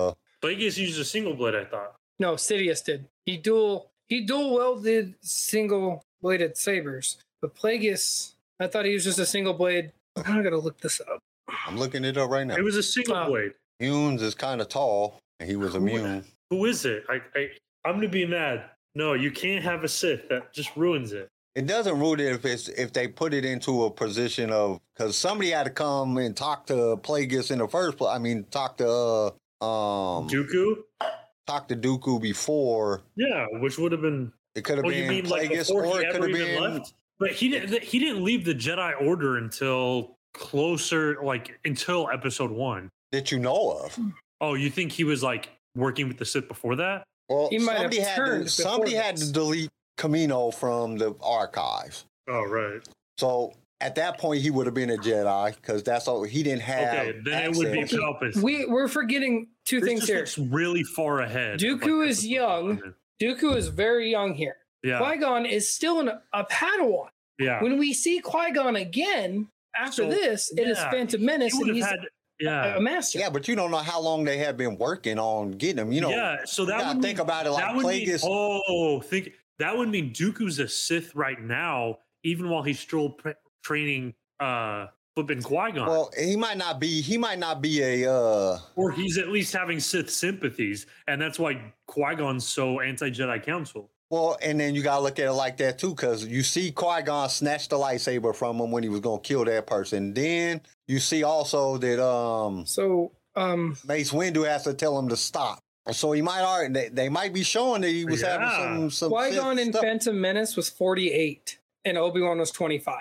a
Plagueis used a single blade. I thought.
No, Sidious did. He dual he dual welded single bladed sabers, but Plagueis. I thought he was just a single blade. I'm gonna look this up.
I'm looking it up right now.
It was a single
Uh,
blade.
Munes is kind of tall, and he was
Who-
immune.
Who is it? I, I I'm gonna be mad. No, you can't have a Sith. That just ruins it.
It doesn't root it if it's if they put it into a position of because somebody had to come and talk to Plagueis in the first place. I mean, talk to uh, um
Dooku.
talk to Dooku before.
Yeah, which would have been.
It could have
Oh, you
been
mean like
Plagueis,
before
or
he
it could
ever
have
even
been
left? But he didn't. He didn't leave the Jedi Order until closer, like until Episode One.
that you know of.
Oh, you think he was like working with the Sith before that?
Well,
He might have
somebody had
turned
to,
before
somebody had
this.
to delete Camino from the archives.
Oh,
Um,
right.
So at that point, he would have been a Jedi because that's all he didn't have.
Okay, then it would be
access.
Palpatine.
We we're forgetting two
This
things
just
here.
looks really far ahead. of,
Dooku
like,
is
episode
young.
one.
Dooku is very young here.
Yeah,
Qui Gon is still an, a Padawan.
yeah.
When we see Qui Gon again after
So,
this, it is
yeah,
Phantom
He
Menace, and
would
he's
have had. Yeah,
a master.
Yeah, but you don't know how long they had been working on getting him. You know,
yeah. So
you
that
gotta
would
think
mean,
about it. Like
that would mean,
Plagueis,
oh, think that would mean Dooku's a Sith right now, even while he's still pr- training uh flipping Qui Gon,
Well, he might not be. He might not be a. uh
or he's at least having Sith sympathies, and that's why Qui Gon's so anti Jedi Council.
Well, and then you gotta look at it like that too, because you see Qui Gon snatch the lightsaber from him when he was gonna kill that person. Then you see also that um
So um,
Mace Windu has to tell him to stop. So he might already. They, they might be showing that he was
Yeah.
having some some.
Qui Gon
Sith
in
stuff.
Phantom Menace was 48, and Obi Wan was 25.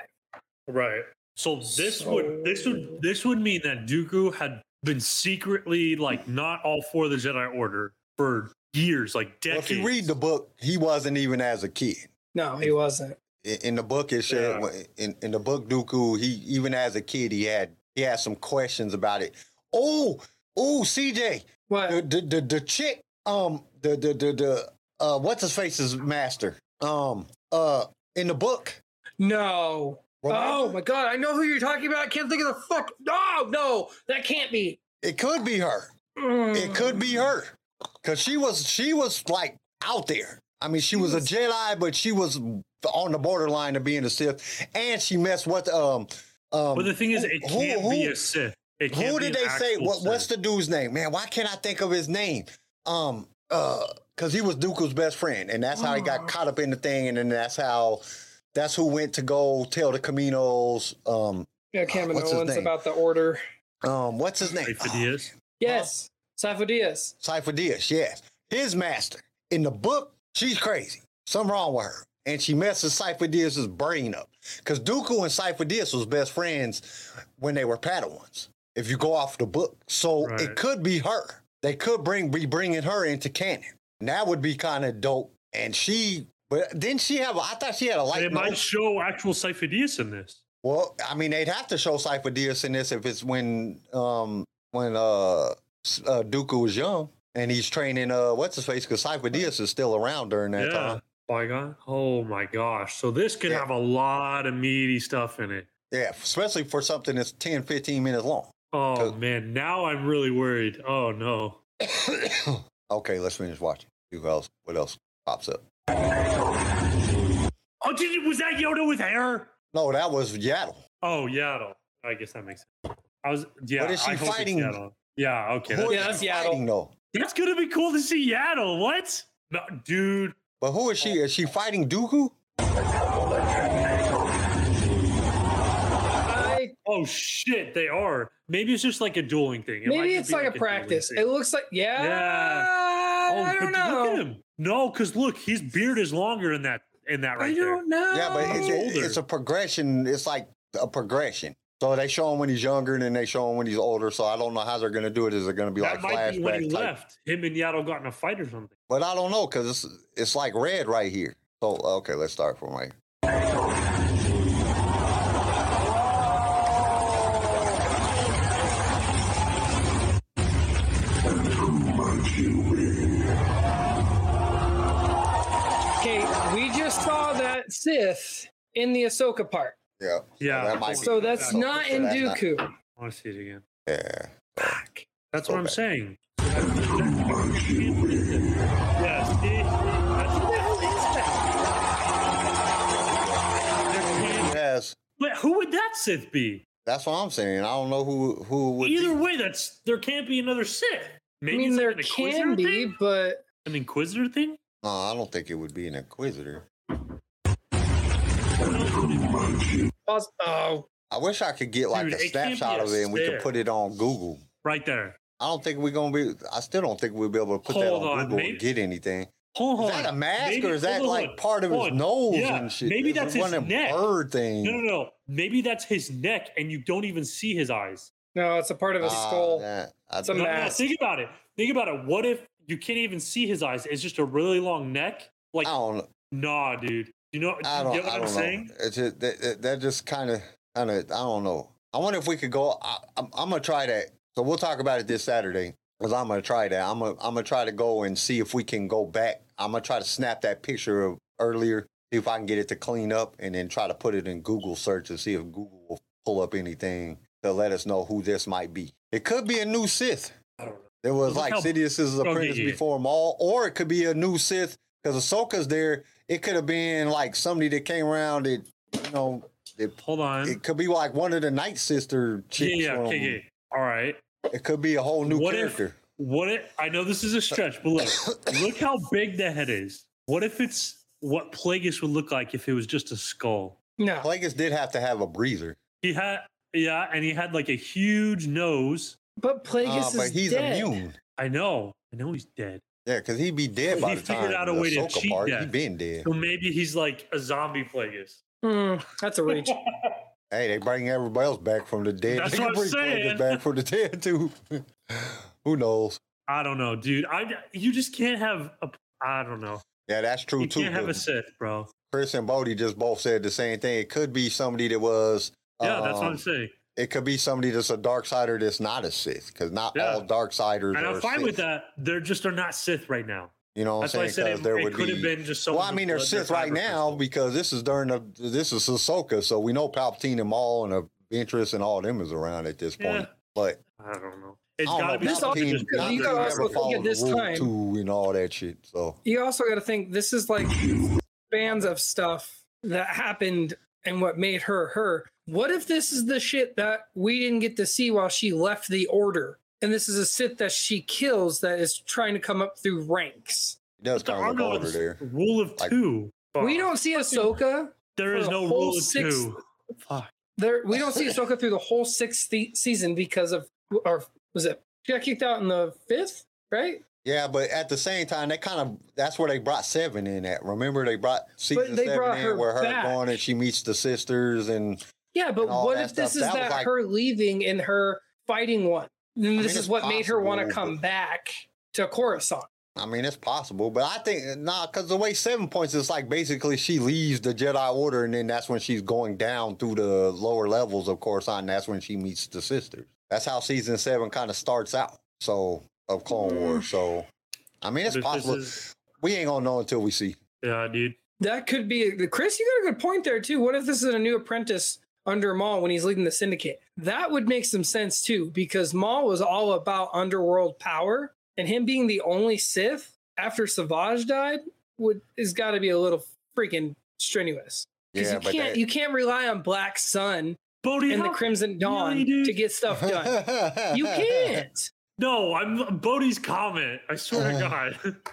Right. So this would this would this would mean that Dooku had been secretly like not all for the Jedi Order for years, like
Well,
decades.
if you read the book, he wasn't even as a kid.
No, he wasn't.
in, in the book it said in, in the book Dooku he even as a kid he had he had some questions about it. Oh oh CJ
What?
the the the, the chick um the the the, the uh what's his face's master um uh in the book.
No. Oh
remember?
my god, I know who you're talking about. I can't think of the fuck. No, no, that can't be. Mm.
it could be her. It could be her
Mm.
because she was she was like out there. I mean, she was a Jedi, but she was on the borderline of being a Sith, and she messed with um um.
But the thing is, it
who-
can't
who-
be a Sith. It can't
who
be
did
an
they say?
actual
What, what's
Sith.
the dude's name, man? Why can't I think of his name? Um, uh, because he was Dooku's best friend, and that's how he got caught up in the thing, and then that's how that's who went to go tell the Caminos. Um,
Yeah, Cameron
What's his
Owens
name?
about the order.
um, what's his name?
If it is,
Yes, Sifo Dyas.
Cypher Diaz, yes. His master. In the book, she's crazy. Something wrong with her. And she messes Cypher Diaz's brain up. Because Dooku and Cypher Diaz was best friends when they were Padawans, if you go off the book. So
Right.
it could be her. They could bring be bringing her into canon. And that would be kind of dope. And she, but didn't she have, a, I thought she had a
they
light
might
novel.
show actual Cyphidius in this.
Well, I mean, they'd have to show Cypher Diaz in this if it's when um when uh, S- uh Dooku was young and he's training uh what's his face because Cypher Diaz is still around during that
Yeah.
time.
Qui-Gon? Oh my gosh. So this could
Yeah.
have a lot of meaty stuff in it.
Yeah, especially for something that's 10, 15 minutes long.
Oh
'Cause-
man, now I'm really worried. Oh no.
okay, let's finish watching. See Who else? What else pops up?
Oh, did you, was that Yoda with hair?
No, that was Yaddle.
Oh, Yaddle. I guess that makes sense. I was yeah.
What is she
I hope it's
fighting?
Yaddle. Yeah, okay.
Who
That's,
is
Yeah, that's
she
Yaddle.
fighting though?
that's gonna be cool to see Yaddle. What? No, dude.
But who is she? Is she fighting Dooku?
I
Oh shit, they are. Maybe it's just like a dueling thing. It might
maybe
just
it's
be
like a
dueling
practice.
thing.
It looks like yeah.
Oh,
I
but
don't know.
Look at him. No, because look, his beard is longer in that in that right
I
there.
don't know.
Yeah, but it's,
He's
it,
older.
it's a progression. It's like a progression. So they show him when he's younger, and then they show him when he's older. So I don't know how they're going to do it. Is it going to be
That
like
might be when he
flashback type?
left. Him and Yaddle got in a fight or something.
But I don't know because it's it's like red right here. So okay, let's start from right.
Okay, we just saw that Sith in the Ahsoka part,
Yeah.
Yeah.
that might be-
so that's
Ahsoka,
not
so
in
that's not-
Dooku.
I want to see it again.
Yeah.
Fuck. That's what I'm
Okay.
saying. Yeah, see? That's- There can't-
Yes.
But who would that Sith be?
That's what I'm saying. I don't know who who would. be-
Either way, that's there can't be another Sith.
I
Maybe
mean,
it's like
there
an Inquisitor
can be,
thing?
but
an Inquisitor thing.
No, I don't think it would be an inquisitor.
pos- oh,
I wish I could get like
Dude,
a
it can't be
snapshot
a
of it and we could
stare.
put it on Google.
Right there.
I don't think we're gonna be. I still don't think we'll be able to put that
Hold
on,
on,
Google
maybe-
and get anything.
Hold
Is
on.
that a mask
Maybe-
or is that
hold on,
like part of
hold
his
on.
nose
Yeah,
and shit?
Maybe
It's
that's
one
his
of them
neck.
bird thing.
No, no, no. Maybe that's his neck, and you don't even see his eyes.
no, it's a part of his
Ah,
skull.
yeah. I
Some-
think-
No, no,
mask.
think about it. Think about it. What if you can't even see his eyes? It's just a really long neck. Like,
I don't know.
nah, dude. You know,
I
you
don't,
get what
I
I'm
don't
saying?
know. It's just, that, that, that just kind of, kind of, I don't know. I wonder if we could go. I, I'm, I'm gonna try that. So we'll talk about it this Saturday because I'm gonna try that. I'm gonna, I'm gonna try to go and see if we can go back. I'm gonna try to snap that picture of earlier, see if I can get it to clean up, and then try to put it in Google search and see if Google will pull up anything to let us know who this might be. It could be a new Sith.
I don't know.
There was
Look
like
how-
Sidious's
Okay,
apprentice
Oh, yeah.
before them all, or it could be a new Sith because Ahsoka's there. It could have been like somebody that came around. It, you know,
Hold on.
it could be like one of the Night Sister
yeah,
chicks.
yeah,
from-
okay, okay. All right.
It could be a whole new
What if-
character.
What if I know this is a stretch, but look, look how big the head is. What if it's what Plagueis would look like if it was just a skull?
No,
Plagueis did have to have a breather,
He had, yeah, and he had like a huge nose.
but
uh,
Plagueis
but
is
he's
dead.
immune.
I know, I know he's dead.
Yeah, because he'd be dead
But
by
he
the time.
figured out a
the
way to
Ahsoka
cheat
part, He
death.
been dead.
So maybe he's like a zombie Plagueis.
Mm, that's a reach.
Hey, they bring everybody else back from the dead.
That's
They can
what I'm
bring Plagueis
saying.
Back from the dead too. Who knows?
I don't know, dude. I you just can't have a. I don't know.
Yeah, that's true
You
too.
can't have a
'cause-
Sith, bro.
Chris and Bodie just both said the same thing. It could be somebody that was.
Yeah, that's what
um,
I'm saying,
It could be somebody that's a dark sider that's not a Sith, because not
Yeah.
all dark siders.
and
are
I'm fine with
Sith.
that. They're just are not Sith right now.
You know what I'm
That's why I
saying?
said
Because
it,
there
it
would
could have
be.
been just
Well,
someone.
I mean,
with
they're
blood,
Sith right
fiber
now
crystal.
because this is during the this is Ahsoka, so we know Palpatine and Maul and Ventress and all them is around at this point.
Yeah.
But
I don't know. It's
I
got to
don't
be
know.
This also-
Palpatine,
something just
because you
Palpatine
gotta also
never
think at
followed
this
Rule
time-
Two and all that shit. So
You also got to think this is like fans of stuff that happened and what made her her. What if this is the shit that we didn't get to see while she left the order? And this is a Sith that she kills that is trying to come up through ranks.
It does
But there
kind of
are
look
no
over there.
rule of
Like-
two.
We
Oh.
Fuck.
don't see Ahsoka.
There is
for the
no
whole
rule of
six-
two. Fuck.
There, we don't see Ahsoka through the whole sixth the- season because of, or was it? She got kicked out in the fifth, right?
Yeah, but at the same time, they kind of that's where they brought seven in at. Remember, they brought season
they
seven
brought
in
her
where her
back.
going and she meets the sisters and
Yeah, but
and all
what
that
if this
stuff.
is
That
that,
was like-
her leaving and her fighting one? And this
mean,
is
it's
what made her want to
possible,
come
but-
back to Coruscant.
I mean, it's possible, but I think nah, because the way seven points is like basically she leaves the Jedi Order, and then that's when she's going down through the lower levels of Coruscant. And that's when she meets the sisters. That's how season seven kind of starts out. So of
Mm.
Clone Wars. So I mean, it's
This
possible.
is-
we ain't gonna know until we see.
yeah, dude.
That could be Chris. You got a good point there too. What if this is a new apprentice under Maul when he's leading the syndicate? That would make some sense too, because Maul was all about underworld power, and him being the only Sith after Savage died would has got to be a little freaking strenuous. Because
Yeah,
you
but
can't
they-
you can't rely on Black Sun
Bodhi,
and the
how-
Crimson Dawn
really, dude?
to get stuff done. you can't.
no, I'm Bodhi's comment. I swear to
Uh.
God.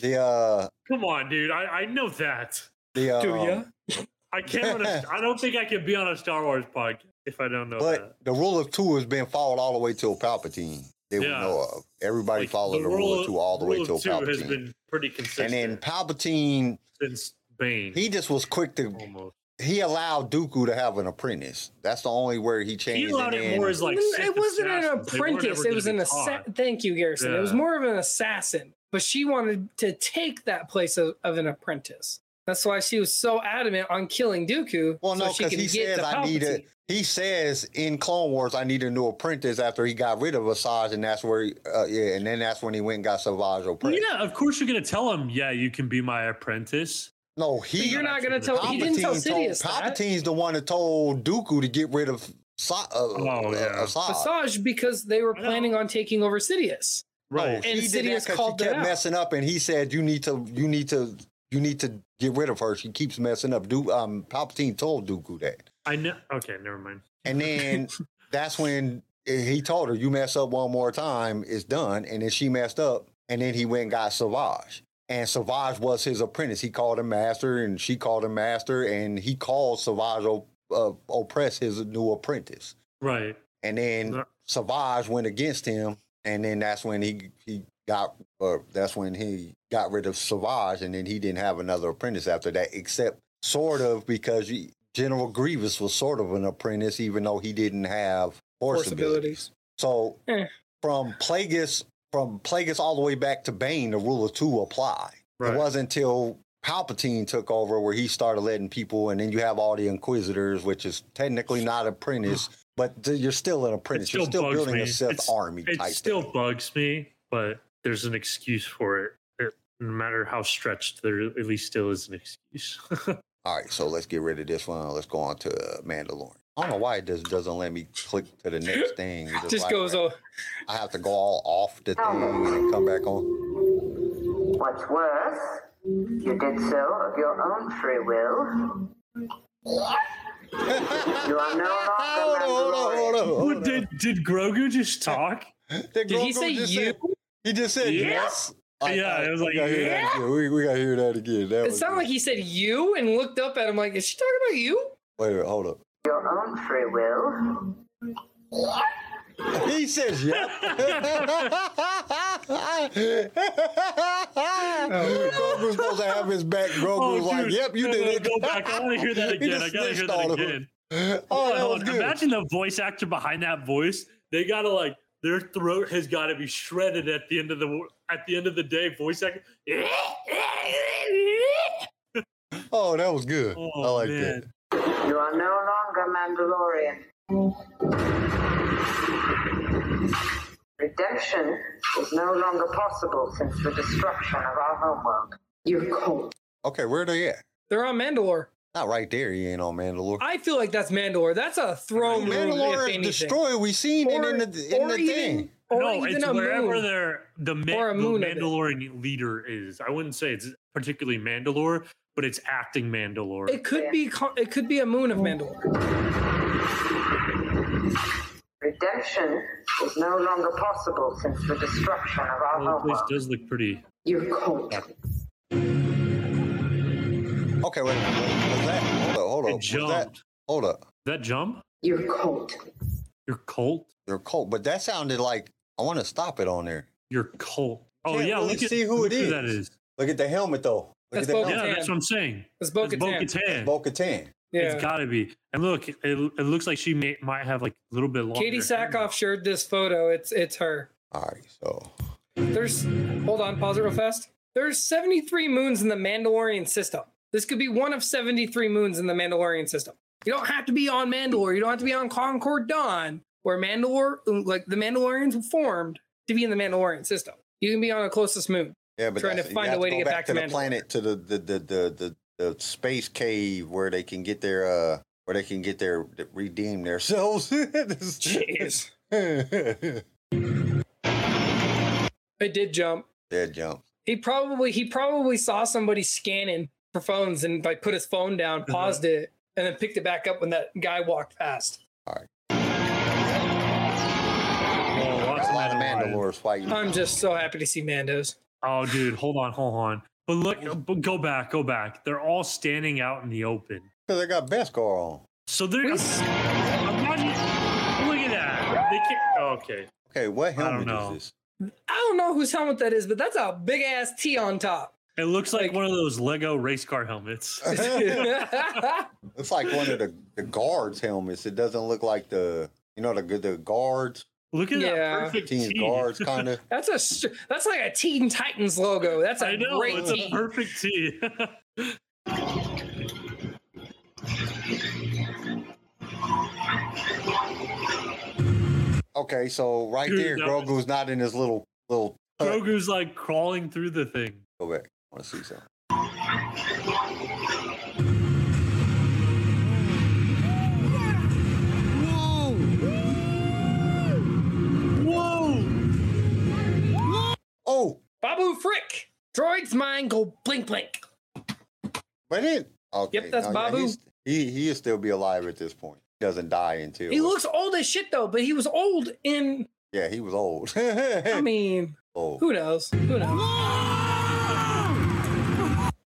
The uh,
Come on, dude. I, I know that.
the uh,
Do ya?
I can't. on a- I don't think I can be on a Star Wars podcast if I don't know that.
But the rule of two has been followed all the way till Palpatine. That we
Yeah.
know of. Everybody
Like,
followed the, rule of two all the way
rule
till
of two has
Palpatine.
been pretty
And
consistent
then Palpatine,
since Bane.
he just was quick to
almost.
he allowed Dooku to have an apprentice. That's the only where he
He
changed. and
allowed it
then-
more as like Sith
it wasn't an
assassins. They weren't
apprentice.
ever
It was
gonna
an
be
assassin.
taught.
Thank you, Garrison. It was
Yeah.
more of an assassin, but she wanted to take that place of, of an apprentice. That's why she was so adamant on killing Dooku.
well, no,
so she
because
could
he
get
says
to
I need a.
Palpatine.
He says in Clone Wars, I need a new apprentice. After he got rid of Asajj, and that's where, he, uh, yeah, and then that's when he went and got Savage
Well,
apprentice.
yeah, of course you're gonna tell him. Yeah, you can be my apprentice.
No,
But
he
you're not going to tell. He didn't tell
Palpatine told,
Sidious that.
Palpatine's the one that told Dooku to get rid of Sa- uh,
Oh,
uh,
yeah.
Asajj.
Asajj because they were
I know.
planning on taking over Sidious.
No,
And
he did
Sidious
that 'cause
called
she
that
kept
out.
messing up, and he said, "You need to, you need to, you need to get rid of her. She keeps messing up." Du- um, Palpatine told Dooku that,
I know. Okay, never mind.
and then that's when he told her, "You mess up one more time, it's done." And then she messed up, and then he went and got Savage, and Savage was his apprentice. He called him master, and she called him master, and he called Savage op- uh, oppress his new apprentice.
Right.
And then
Yeah.
Savage went against him, and then that's when he he got uh, that's when he got rid of Savage, and then he didn't have another apprentice after that, except sort of because you- General Grievous was sort of an apprentice, even though he didn't have force,
Force
ability.
abilities.
So
Eh.
from Plagueis from Plagueis all the way back to Bane, the rule of two applied.
Right.
It wasn't until Palpatine took over where he started letting people, and then you have all the Inquisitors, which is technically not apprentice, but th- you're still an apprentice.
still
you're still
bugs
building
me.
a Sith
It's-
army
It
type
still
thing.
bugs me, but there's an excuse for it. it. No matter how stretched, there at least still is an excuse.
All right, so let's get rid of this one. Let's go on to uh, Mandalorian. I don't know why it just doesn't let me click to the next thing. It's
Just
like,
goes.
I,
Oh,
I have to go all off the thing and come back on.
What's worse, you did so of your own free will. You are no longer
Hold on, hold on, hold
Mandalorian.
on, hold on.
did did Grogu just talk?
Did
did he say you?
He just said
Yeah.
yes.
Yeah, it was
we
like,
gotta hear that again. We, we gotta hear that again. That
It
was
sounded like he said you and looked up at him like, is she talking about you?
Wait, wait, hold up.
Your own free will.
He says yep. Grogu was Oh, supposed to have his back. Grogu was like,
Oh, dude.
"Yep, you
No, no,
did it."
Go back. I want to hear that
He
again.
just
I gotta hear
snitched on
that
him.
again.
Oh, that
Hold
was
on.
good.
Imagine the voice actor behind that voice. They gotta like their throat has got to be shredded at the end of the at the end of the day. Voice actor.
Oh, that was good.
Oh,
I like
man.
that.
You are no longer Mandalorian. Redemption is no longer possible since the destruction of our homeworld. You cold.
Okay, where they at?
They're on Mandalore.
Not right there. He ain't on Mandalore.
I feel like that's Mandalore. That's a throne room, if
Mandalore
anything.
destroyed. We seen
Or-
it in the in
or
the
even-
thing.
Or
no,
even
it's
a
wherever
moon.
their the, ma-
Or a
the
moon of it.
Mandalorian leader is. I wouldn't say it's particularly Mandalore, but it's acting Mandalore.
It could be co- it could be a moon of Mandalore.
Redemption is no longer possible since the destruction of our
well, the place
homeworld.
does look pretty.
Your cult.
Okay, wait. a minute. Was that? Hold up. Hold up.
It
Oh, Was that?
jumped.
Hold up.
That jump?
Your cult.
Your cult?
Your cult, but that sounded like I want to stop it on there.
Your cult. Oh
Can't
yeah,
really
look at
see who
look
it
who that
is.
is.
Look at the helmet though. Look at
That's
the
Bo-Katan.
helmet.
Yeah, that's what I'm saying.
It's
It's
Bo-Katan.
Bo-Katan.
Bo Katan.
Yeah.
It's got to be. And look, it, it looks like she may, might have like a little bit longer.
Katie
hair now.
Sackhoff shared this photo. It's it's her.
All right, so
There's hold on, pause it real fast. There's 73 moons in the Mandalorian system. This could be one of 73 moons in the Mandalorian system. You don't have to be on Mandalore. You don't have to be on Concord Dawn, where Mandalore, like the Mandalorians were formed to be in the Mandalorian system. You can be on the closest moon.
yeah, but
Trying
that's-
to
you
find a
have
way to
go
get back to
the
Mandalore.
planet to the the the the the, the space cave where they can get their uh where they can get their redeem themselves. Jeez.
Jeez. It did jump.
Dead jump.
He probably he probably saw somebody scanning for phones and like put his phone down,
Uh-huh.
paused it, and then picked it back up when that guy walked past.
Oh, lots
A
of
lot of
Mandalorian.
Mandalores fighting.
I'm just so happy to see Mandos.
Oh, dude, hold on, hold on. But look, but go back, go back. They're all standing out in the open.
Because they got Beskar on.
So they're
We s-
imagine. Look at that. They can't. oh, okay.
Okay, what
don't
helmet
know.
is
I don't know whose helmet that is, but that's a big ass T on top.
It looks like,
Like-
one of those Lego race car helmets.
this?
yeah,
it's like one of the, the guards' helmets. It doesn't look like the you know the the guards,
Look at
Yeah.
that perfect
team
T.
guards kind of.
that's a str- that's like a Teen Titans logo. That's a
I know
great
it's a
T.
perfect T.
Uh, Okay, so right
Dude,
there,
that
Grogu's not in his little little. hut.
Grogu's like crawling through the thing.
Go back. I want to see something.
Whoa!
Oh,
Babu Frick. Droids mind go blink blink.
but it. Okay,
that's Babu.
he's- he he'll still be alive at this point. He doesn't die until.
He looks old as shit though, but he was old in.
yeah, he was old.
I mean,
old.
who knows? Who knows?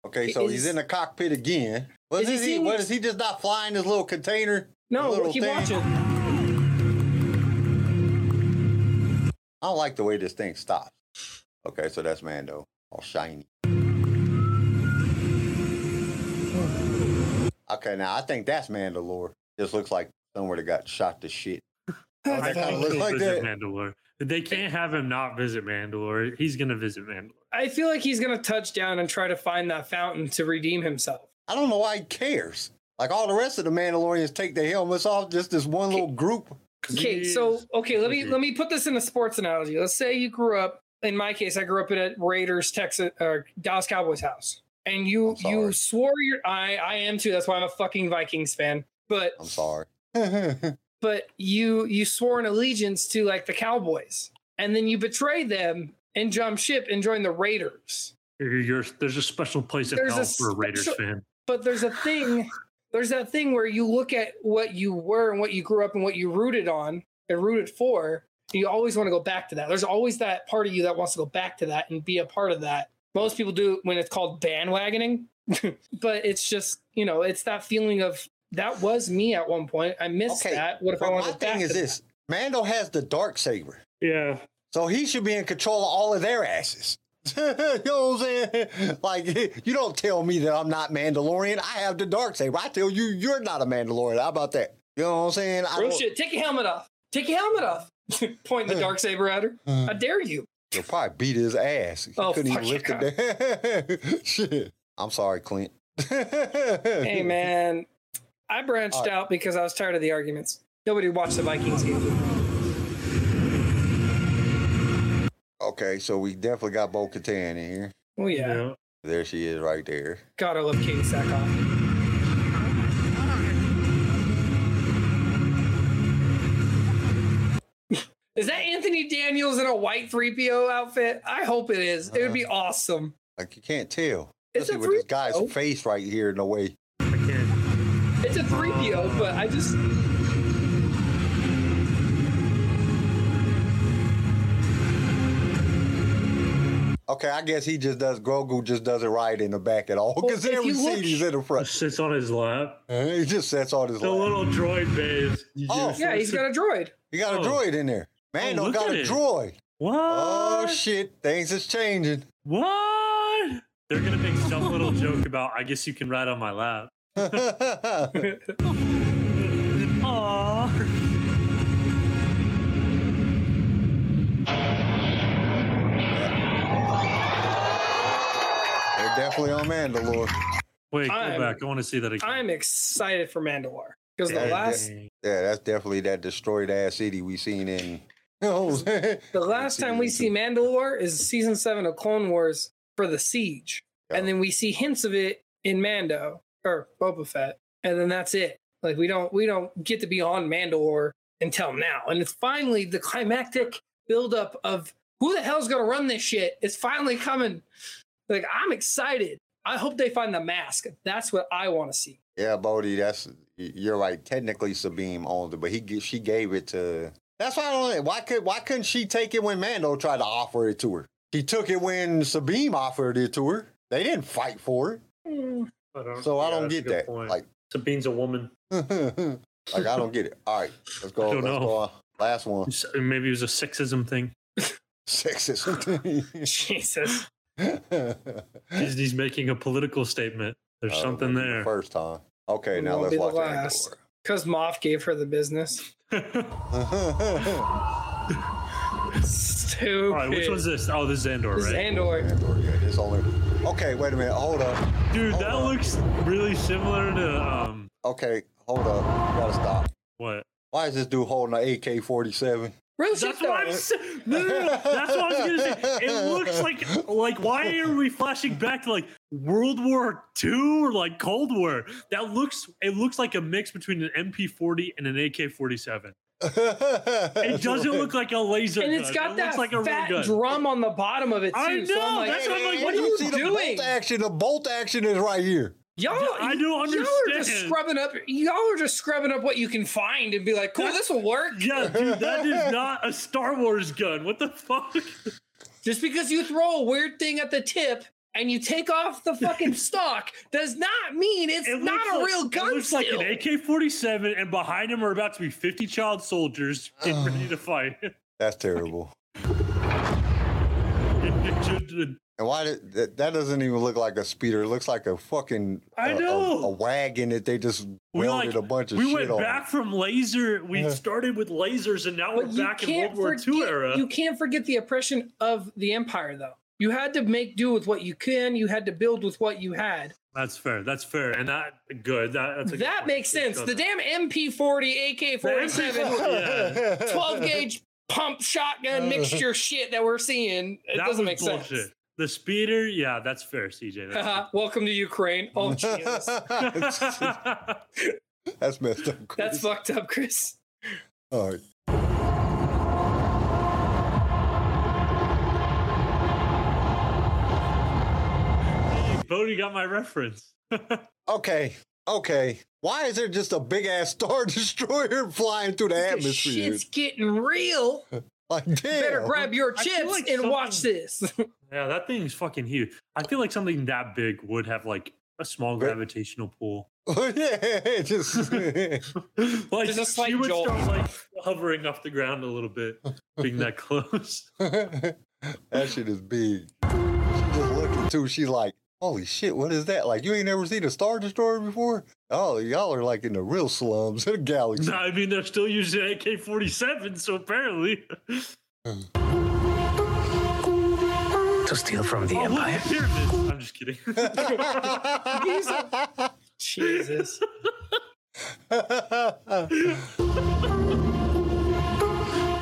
Okay, so
Is-
he's in the cockpit again. Was
is he
is he?
seeing-
What is he just not flying his little container? The
No,
little
keep
thing.
watching.
I don't like the way this thing stops. Okay, so that's Mando, all shiny. Okay, now I think that's Mandalore. Just looks like somewhere that got shot to shit. Oh,
I
that kinda
think
looks
he'll
like
visit
that.
Mandalore. They can't have him not visit Mandalore. He's gonna visit Mandalore.
I feel like he's gonna touch down and try to find that fountain to redeem himself.
I don't know why he cares. Like all the rest of the Mandalorians take their helmets off, just this one little group.
Okay,
Yes.
so okay, let me
Okay.
let me put this in a sports analogy. Let's say you grew up. In my case, I grew up at a Raiders, Texas, or Dallas Cowboys house, and you
I'm sorry.
you swore your I I am too. That's why I'm a fucking Vikings fan. But
I'm sorry. That's
but you you swore an allegiance to like the Cowboys, and then you betrayed them and jumped ship and joined the Raiders.
You're- you're- there's a special place in
There's a
hell for a Raiders
special-
fan.
but there's a thing there's that thing where you look at what you were and what you grew up and what you rooted on and rooted for and you always want to go back to that there's always that part of you that wants to go back to that and be a part of that most people do it when it's called bandwagoning but it's just you know it's that feeling of that was me at one point i missed
Okay,
that what if i
but
want
my
to go back
thing is
to that?
this: Mando has the dark saber.
Yeah.
So he should be in control of all of their asses. you know what I'm saying? Like, you don't tell me that I'm not Mandalorian. I have the dark saber. I tell you, you're not a Mandalorian. How about that? You know what I'm saying? I
real
don't-
Oh, shit take your helmet off take your helmet off point the dark saber at her i dare you
They'll probably beat his ass. He
Oh,
couldn't even
fuck
lift it. down. shit. I'm sorry, Clint.
hey man i branched
All right.
out because i was tired of the arguments nobody watched the vikings game
Okay, so we definitely got Bo Katan in here.
oh yeah,
Yeah.
There she is right there.
god i love katie sackhoff is that anthony Jake Daniels in a white 3PO outfit? I hope it is. It would
Uh-huh.
be awesome.
Like you can't tell.
It's a
Especially with this
3PO.
guy's face right here in the way.
I can't.
It's a 3PO, but I just
Okay, I guess he just does. Grogu just does it right in the back at all because
if
every
you look-
seat he's in the front.
Sits on his lap.
Uh, He just sits on his
The
lap.
little droid babe.
Oh.
yeah, he's got a droid.
He got a
Oh.
droid in there. Man,
Oh,
don't
look
got
at
a
it.
droid.
What?
Uh,
Oh shit, things is changing.
What? They're gonna make some little joke about. I guess you can ride on my lap.
Grogu
Aww.
They're definitely on Mandalore.
Wait, go
I'm-
back. I want to see that again.
I'm excited for Mandalore because the
Yeah,
last
Dang.
Yeah, that's definitely that destroyed ass city we seen in. No,
the last time we see Mandalore is season seven of Clone Wars for the siege, and then we see hints of it in Mando or Boba Fett, and then that's it. Like we don't we don't get to be on Mandalore until now, and it's finally the climactic buildup of who the hell's gonna run this shit. It's finally coming. Like I'm excited. I hope they find the mask. That's what I want to see.
yeah, Bodhi, that's you're right. Technically, Sabine owned it, but he g- she gave it to. That's why I don't. Why could why couldn't she take it when Mando tried to offer it to her? She took it when Sabine offered it to her. They didn't fight for it,
I don't-
so I
Oh, um, yeah,
don't
that's a
get
good
that.
point.
Like,
Sabine's a woman.
like I don't get it. All right, let's
I
go.
don't
Let's
know.
go on. Last one,
S- Maybe it was a sexism thing.
sexism.
Jesus.
He's, he's making a political statement. There's
Uh,
something
that'd be the
there.
First time. Okay,
It
now
won't
let's
be the
watch
last. Because Moff gave her the business.
All
Andor.
Stupid.
right, which one's this? Oh, this is Andor,
This is
right?
Andor.
Andor, yeah, it's only. Okay, wait a minute. Hold up.
Dude,
Hold
that
on.
looks really similar to um.
Okay, hold up. You gotta stop.
What?
Why is this dude holding an AK forty seven?
Really?
That's what I'm saying. No, no, no. That's what I was gonna say. It looks like like why are we flashing back to like World War II or like Cold War? That looks it looks like a mix between an MP40 and an AK47. It
it
doesn't look like a laser.
and it's
gun.
got
it
that
looks like a real
fat
gun.
drum on the bottom of it, too.
I
So I'm
know,
like,
that's what I'm like, what
are you
see The
doing?
bolt action. The bolt action is right here.
y'all,
I don't
Y'all are just
understand.
scrubbing up. Y'all are just scrubbing up what you can find and be like, cool, this will work.
Yeah, dude, that is not a Star Wars gun. What the fuck?
Just because you throw a weird thing at the tip and you take off the fucking stock does not mean it's
It
not
looks
a
like-
real gun.
It looks like an
still.
AK-47, and behind him are about to be 50 child soldiers getting ready to fight.
That's terrible.
uh,
And why did that, that doesn't even look like a speeder? It looks like a fucking
I
a- a-
know.
a, wagon that they just
We
welded
like-
a bunch of
we
shit
went
on.
back from laser. We
Yeah.
started with lasers, and now
But
we're
you
back in
can't
World War II
forget-
era.
You can't forget the oppression of the empire, though. You had to make do with what you can. You had to build with what you had.
That's fair. That's fair, and that good. That that's a good
that
point.
makes sense. The damn MP40, AK47,
Yeah.
12 gauge pump shotgun mixture shit that we're seeing, it
That
doesn't
was
make sense.
bullshit. The speeder, yeah, that's fair, CJ. That's
Uh-huh. Welcome to Ukraine. Oh, Jesus.
That's messed up.
That's
Chris.
fucked up, Chris.
All right.
Bodhi got my reference.
Okay. Okay. Why is there just a big ass star destroyer flying through the
This
atmosphere?
shit's getting real.
Like damn.
Better grab your
I feel
chips
like
and watch
something-
this.
Yeah, that thing's fucking huge. I feel like something that big would have like a small
Right.
gravitational pull.
yeah, it just
Like
There's a slight
she would
jolt.
start like hovering off the ground a little bit, being that close.
that shit is big. She just looking too. She's like, holy shit, what is that? Like you ain't never seen a star destroyer before? Oh, y'all are like in the real slums of the galaxy.
No, I mean they're still using AK forty seven, so apparently.
To steal from the
Oh, look,
Empire.
the pyramids. I'm just kidding.
Jesus.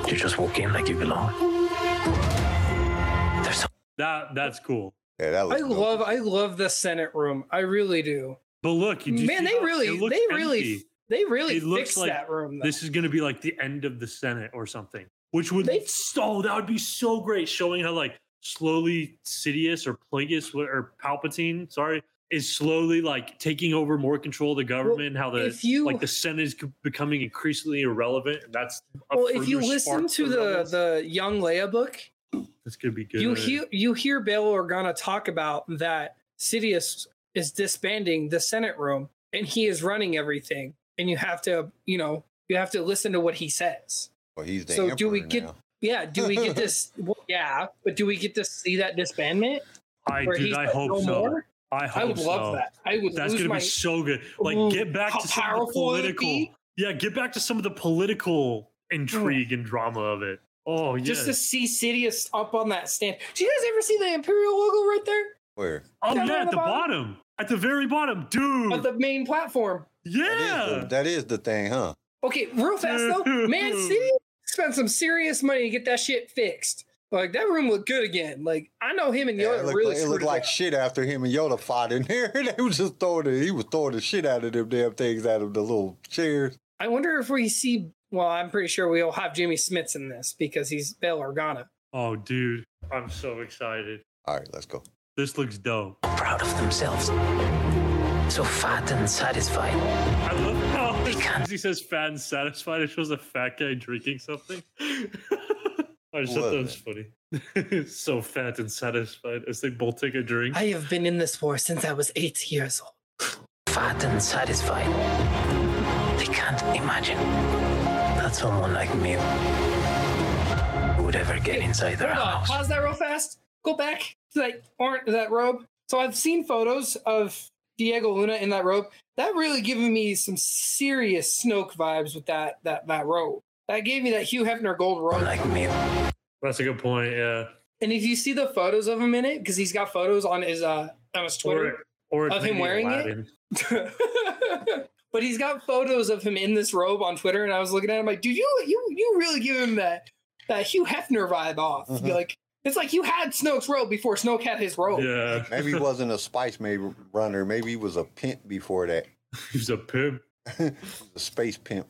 You just walk in like you belong. There's so
that that's cool.
yeah, that
I
looks dope.
love I love the Senate room. I really do.
But look, you do
Man,
see
they
how- it
really,
looks
they really,
empty.
they really
It looks
fixed
like
that room. Though.
This is going to be like the end of the Senate or something, which would
They-
so that would be so great showing how like slowly Sidious or Plagueis wh- or Palpatine, sorry, is slowly like taking over more control of the government. and how the
if you-
uh, like the Senate is c- becoming increasingly irrelevant, and that's a
Well, if you
further
listen
spark
to
for rebels.
the the Young Leia book,
that's gonna be good.
you hear you hear Bail Organa talk about that Sidious is disbanding the Senate room and he is running everything, and you have to you know you have to listen to what he says.
Well, he's the
So do we
emperor
get-
now.
Yeah, do we get this? well, yeah, but do we get to see that disbandment?
I
where
dude,
he's
I
like,
hope
"No
so.
more?"
I hope
I would
so.
love that. I would
That's
lose
gonna
my
be so good. Like
Ooh,
get back
how
to some of the
powerful it'd
political.
be.
Yeah, get back to some of the political intrigue and drama of it. Oh yeah,
just to see Sidious up on that stand. Do you guys ever see the Imperial logo right there
Where?
oh
down
yeah,
on
at
the
the bottom. at the very bottom, dude.
on the main platform?
That is
yeah,
the, that is the thing, huh?
Okay, real fast though, Man City spent some serious money to get that shit fixed. Like that room looked good again. Like I know him and
Yeah,
Yoda
it looked,
really.
like, it looked
screwed
like
up.
shit after him and Yoda fought in there. they was just throwing it. He was throwing the shit out of them damn things out of the little chairs.
I wonder if we see. Well, I'm pretty sure we'll have Jimmy Smits in this because he's Bail Organa.
oh dude, I'm so excited.
All right, let's go.
This looks dope.
proud of themselves. So fat and satisfied.
I love how as soon as he says fat and satisfied, it shows a fat guy drinking something. I just thought that
Love
was funny. so fat and satisfied as they both take a drink.
I have been in this war since I was eight years old.
Fat and satisfied. They can't imagine that someone like me would ever get inside their
Hold on,
house.
pause that real fast. Go back to that orange, that robe. So I've seen photos of Diego Luna in that robe. That really giving me some serious Snoke vibes with that that that robe. That gave me that Hugh Hefner gold robe.
Like me.
That's a good point. Yeah,
And if you see the photos of him in it, because he's got photos on his uh on his Twitter.
or, or it's
Of him
maybe
wearing it? but he's got photos of him in this robe on Twitter, and I was looking at him like, dude, you you you really give him that that Hugh Hefner vibe off.
Mhm.
Like it's like you had Snoke's robe before Snoke had his robe.
Yeah,
Maybe he wasn't a spice made runner. Maybe he was a pimp before that.
He's a pimp.
a space pimp.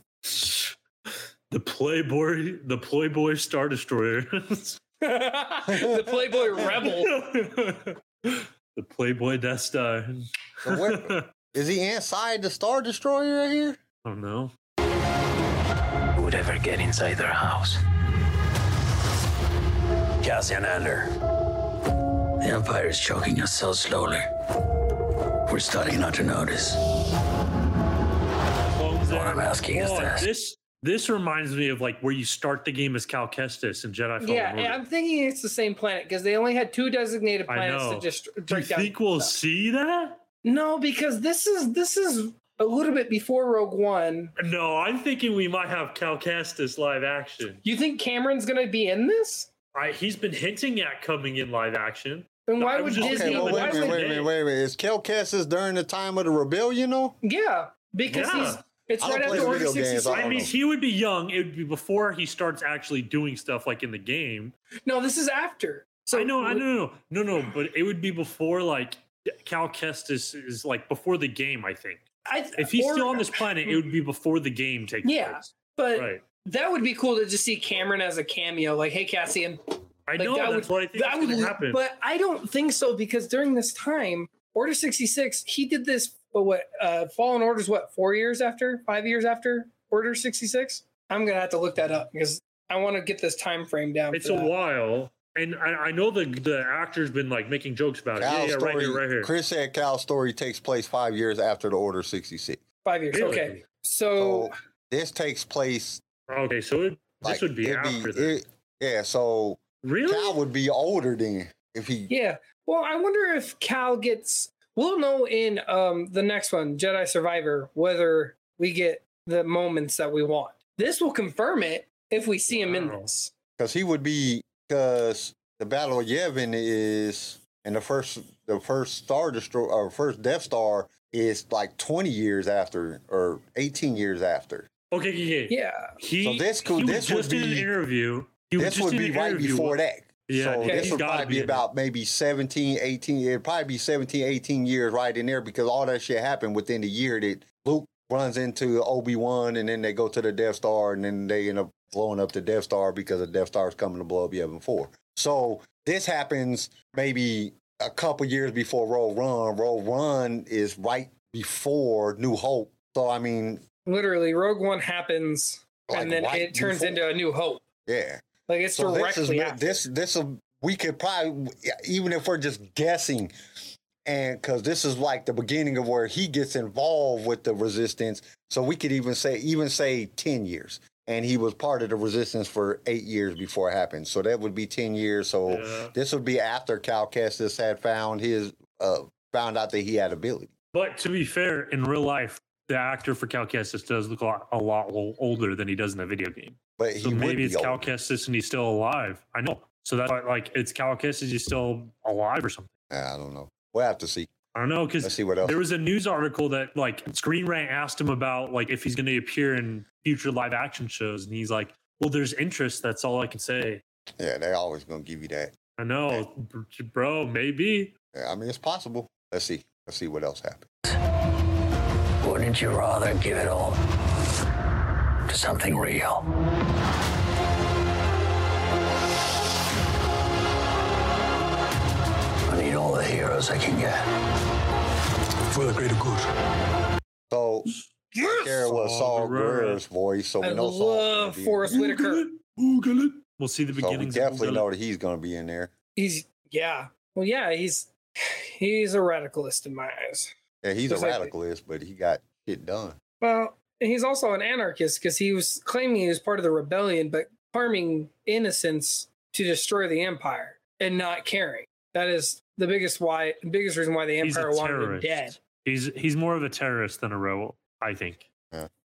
The Playboy, the Playboy Star Destroyer.
the Playboy Rebel.
Oh, the Playboy Death Star.
So where- is he inside the Star Destroyer right here?
I don't know.
would ever get inside their house. Cassian Andor. The Empire is choking us so slowly. We're starting not to notice.
What
I'm asking is this.
Oh, this this reminds me of like where you start the game as Cal Kestis in Jedi Fallen
Yeah,
Order.
and I'm thinking it's the same planet because they only had two designated
I
planets
know.
to just
Do you
break down.
think we'll see that?
no, because this is this is a little bit before Rogue One.
No, I'm thinking we might have Cal Kestis live action.
You think Cameron's gonna be in this?
I, he's been hinting at coming in live action.
Then
No,
why
I
would
was just
Okay,
Disney?
Disney-
well, wait
why
a
was
minute,
would,
wait a minute, wait a minute. Is Kel Kessis during the time of the rebellion, though?
yeah, because
Yeah.
he's it's
I don't
right
play
after Order
video games, I
66.
I
Oh,
don't
mean,
know.
he would be young. It would be before he starts actually doing stuff like in the game.
No, this is after. So
I know, I know, no, no, no, but it would be before like Cal Kestis is like before the game. I think
I-
if he's
or- Hmm.
still on this planet, it would be before the game takes
Yeah,
place.
but
right.
that would be cool to just see Cameron as a cameo. Like, hey, Cassian,
I
Like,
know
that
that's
would-
what I think
that
is
would,
going to happen.
but I don't think so because during this time, Order sixty six, he did this. But what uh, Fallen Order's what four years after, five years after Order sixty six? I'm gonna have to look that up because I want to get this time frame down.
it's
for
a
that.
while, and I, I know the the actor's been like making jokes about it. Uh, Yeah,
Cal's
yeah, right here, right here.
Chris said Cal's story takes place five years after the Order 66.
five years.
Really?
Okay, so
So this takes place.
Okay, so it,
Like,
Oh. this would be
it'd
after that.
it- yeah, so
really?
Cal would be older then if he.
yeah. Well, I wonder if Cal gets. We'll know in um, the next one, Jedi Survivor, whether we get the moments that we want. This will confirm it if we see him in
Wow.
this.
Because he would be. Because the Battle of Yavin is. And the first, the first Star Destroyer, or first Death Star is like 20 years after, or 18 years after.
okay, yeah, yeah.
Yeah.
He,
So this could-
he was
this would
just in an
be-
interview. He was
this
just
would
in
be
an
right
interview.
before that.
Yeah,
so
okay,
this
he's
would
gotta
probably
be
be
in it.
about maybe 17, 18. It'd probably be 17, 18 years right in there because all that shit happened within the year that Luke runs into Obi Wan, and then they go to the Death Star, and then they end up blowing up the Death Star because the Death Star is coming to blow up Yavin Four. So this happens maybe a couple years before Roll Run. Roll Run is right before New Hope. So I mean,
Literally, Rogue One happens
like,
and then
right
it turns
before-
into a new hope.
yeah.
Like it's
So this is
directly after.
this this will we could probably even if we're just guessing, and because this is like the beginning of where he gets involved with the resistance. So we could even say even say ten years, and he was part of the resistance for eight years before it happened. So that would be ten years. So
Yeah.
this would be after Cal Kestis had found his uh found out that he had ability.
But to be fair, in real life, the actor for Cal Kestis does look a lot, a lot o- older than he does in the video game.
But he
So
would
maybe
be
it's Cal
old.
Kestis and he's still alive. I know. So that's why, like, it's Cal Kestis, he's still alive or something.
I don't know. We'll have to see.
I don't know, because
Let's see what else.
There was a news article that like Screen Rant asked him about like if he's going to appear in future live action shows, and he's like, "Well, there's interest. That's all I can say."
Yeah, they always gonna give you that.
I know, br- bro. Maybe
Yeah, I mean, it's possible. Let's see. Let's see what else happens.
Wouldn't you rather give it all to something real? I need all the heroes I can get.
for the greater good.
So Kara was Saul
Saul Guerrero.
Guerrero's voice, so we
I
know Saul's gonna
love
be in
Forrest
there.
Whitaker.
Google it. We'll see the
So we
beginnings. of
definitely
Google
know that he's gonna be in there.
He's yeah. Well, yeah, he's he's a radicalist in my eyes.
Yeah, he's a
Looks like-
radicalist, but he got shit done.
Well, and he's also an anarchist because he was claiming he was part of the rebellion, but harming innocents to destroy the empire and not caring. That is the biggest why, biggest reason why the
it. He's
empire
a
wanted him dead.
terrorist. He's he's more of a terrorist than a rebel, I think.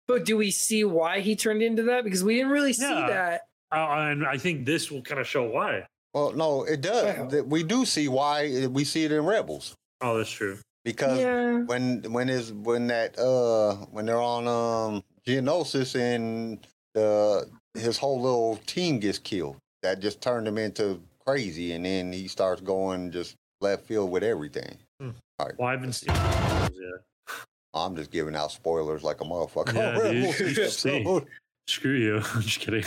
But do we see why he turned into that? Because we didn't really see
Yeah.
that.
Uh, and I think this will kind of show why.
Well, no, it does.
Wow.
that We do see why we see it in Rebels
Oh, that's true.
because
yeah.
when when is when that uh when they're on um Geonosis and the his whole little team gets killed. That just turned him into crazy, and then he starts going just left field with everything.
Well, I haven't seen. Yeah.
I'm just giving out spoilers like a motherfucker.
Yeah,
on
dude,
Rebels
you should see.
episode.
Screw you. I'm just kidding.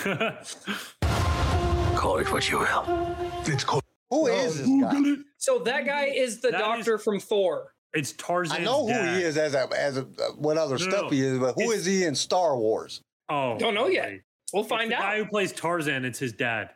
Call it what you will.
It's called
Who
No,
is this guy?
it.
So that guy is the
Mm, That is-
doctor from Thor.
It's Tarzan.
I know who he is as a, as a, what other
No, no,
stuff
no.
he is, but who
It's-
is he in Star Wars?
Oh,
Don't know yet.
right.
We'll
It's
find
the guy
out.
who plays Tarzan. It's his dad.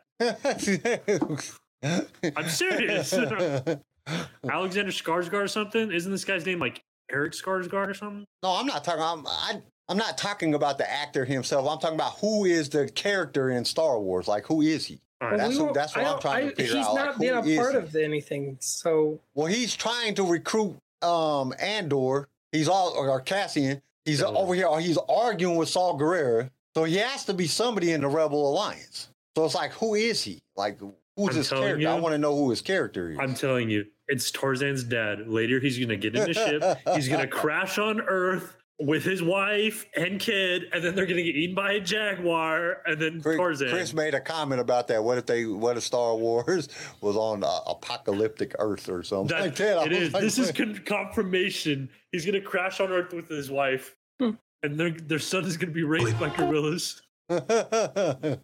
I'm
serious.
no, Oh.
Alexander Skarsgård or something? Isn't this guy's name like Eric Skarsgård or something?
I'm not talking. I'm I, I'm not talking about the actor himself. I'm talking about who is the character in Star Wars. Like who is he?
Well,
All right.
That's
we
who-
won't-
that's what
I
I'm
don't-
trying to
I-
figure
He's
out, like,
not been
who
a
is
part
he?
of anything, so
Well, he's trying to recruit um Andor. He's all or Cassian. He's
Oh.
over here. He's arguing with Saul Guerrero. So he has to be somebody in the Rebel Alliance. So it's like, who is he? Like, who's
I'm
his
telling
character? I
you.
want to know who his character is.
I'm telling you, it's Tarzan's dad. Later, he's going to get in the ship. He's going to crash on Earth with his wife and kid, and then they're going to get eaten by a jaguar, and then
Chris,
Tarzan.
Chris made a comment about that. What if they? What if Star Wars was on uh, apocalyptic Earth or something
That-
like that? I
it
was
is.
like,
this is
"What?"
con- confirmation. He's going to crash on Earth with his wife,
Hmm.
and their, their son is going to be raised by gorillas.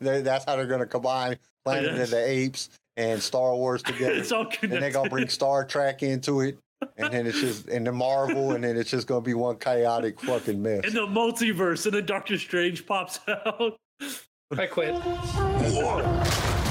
They- That's how they're going to combine Planet of
guess.
the Apes and Star Wars together.
it's all
and
connected.
they're gonna bring Star Trek into it, and then it's just and the Marvel, and then it's just gonna be one chaotic fucking mess.
in the multiverse, and then Doctor Strange pops out.
I quit.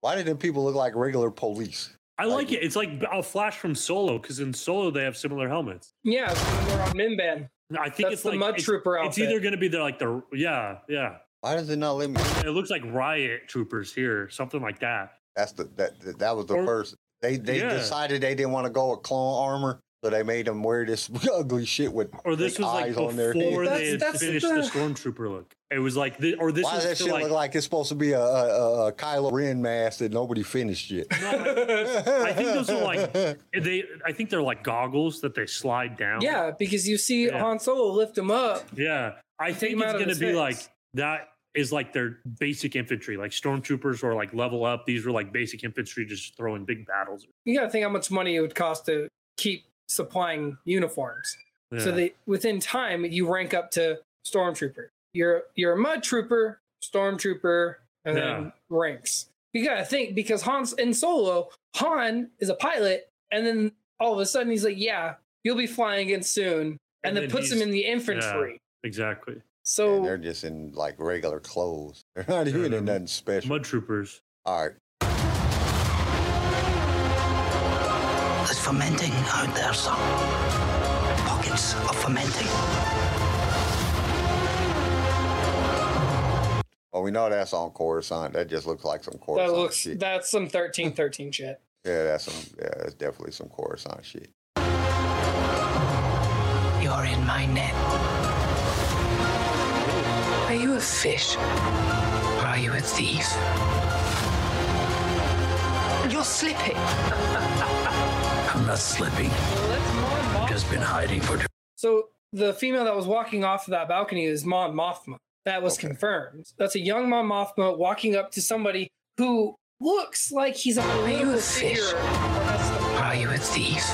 Why did them people look like regular police?
I like it. It's like a flash from Solo because in Solo they have similar helmets.
Yeah, it's when they're on Minban.
I think
That's
it's
the
like
mud
it's,
trooper
It's
outfit.
either going to be the like the yeah yeah.
Why does it not let me?
It looks like riot troopers here, something like that.
That's the that that- that was the
Or-
first. They they
Yeah.
decided they didn't want to go with clone armor, so they made them wear this ugly shit with
Or this
fake
was like
eyes on their
before
head.
they had
That's- that's
finished
the-
the stormtrooper look. It was like the, or this
Why does
was
that
still
shit
like,
look like it's supposed to be a, a, a- a Kylo Ren mask that nobody finished yet? I
think those are like- they. I think they're like goggles that they slide down.
Yeah, because you see
Yeah.
Han Solo lift him up.
yeah. I
him
think it's
out of
going to
his
be
face.
like that is like their basic infantry, like stormtroopers or like level up. These were like basic infantry, just throwing big battles.
You got to think how much money it would cost to keep supplying uniforms.
Yeah.
So they within time you rank up to stormtrooper. You're you're a mud trooper, stormtrooper, and
Yeah.
then ranks. You gotta think because Han's in solo, Han is a pilot, and then all of a sudden he's like, Yeah, you'll be flying in soon. And,
And
then,
then
puts
he's-
him in the infantry.
exactly.
And
So
they're just in like regular clothes. They're not
They're
even
in
in nothing special.
Mud troopers.
All right.
There's fermenting out there, sir. Pockets of fermenting.
Well, we know that's on Coruscant. That just looks like some Coruscant
that looks
shit.
that's some thirteen thirteen shit.
yeah, that's some. Yeah, that's definitely some Coruscant shit.
You're in my net. Are you a fish? Or are you a thief? You're slipping.
I'm not slipping. I've just been hiding for too
So the female that was walking off of that balcony is Mon Mothma. That was
Okay.
confirmed. That's a young Mon Mothma walking up to somebody who looks like he's a
Oh,
you
political
a fish?
figure. or has
Or
the-
are you a thief?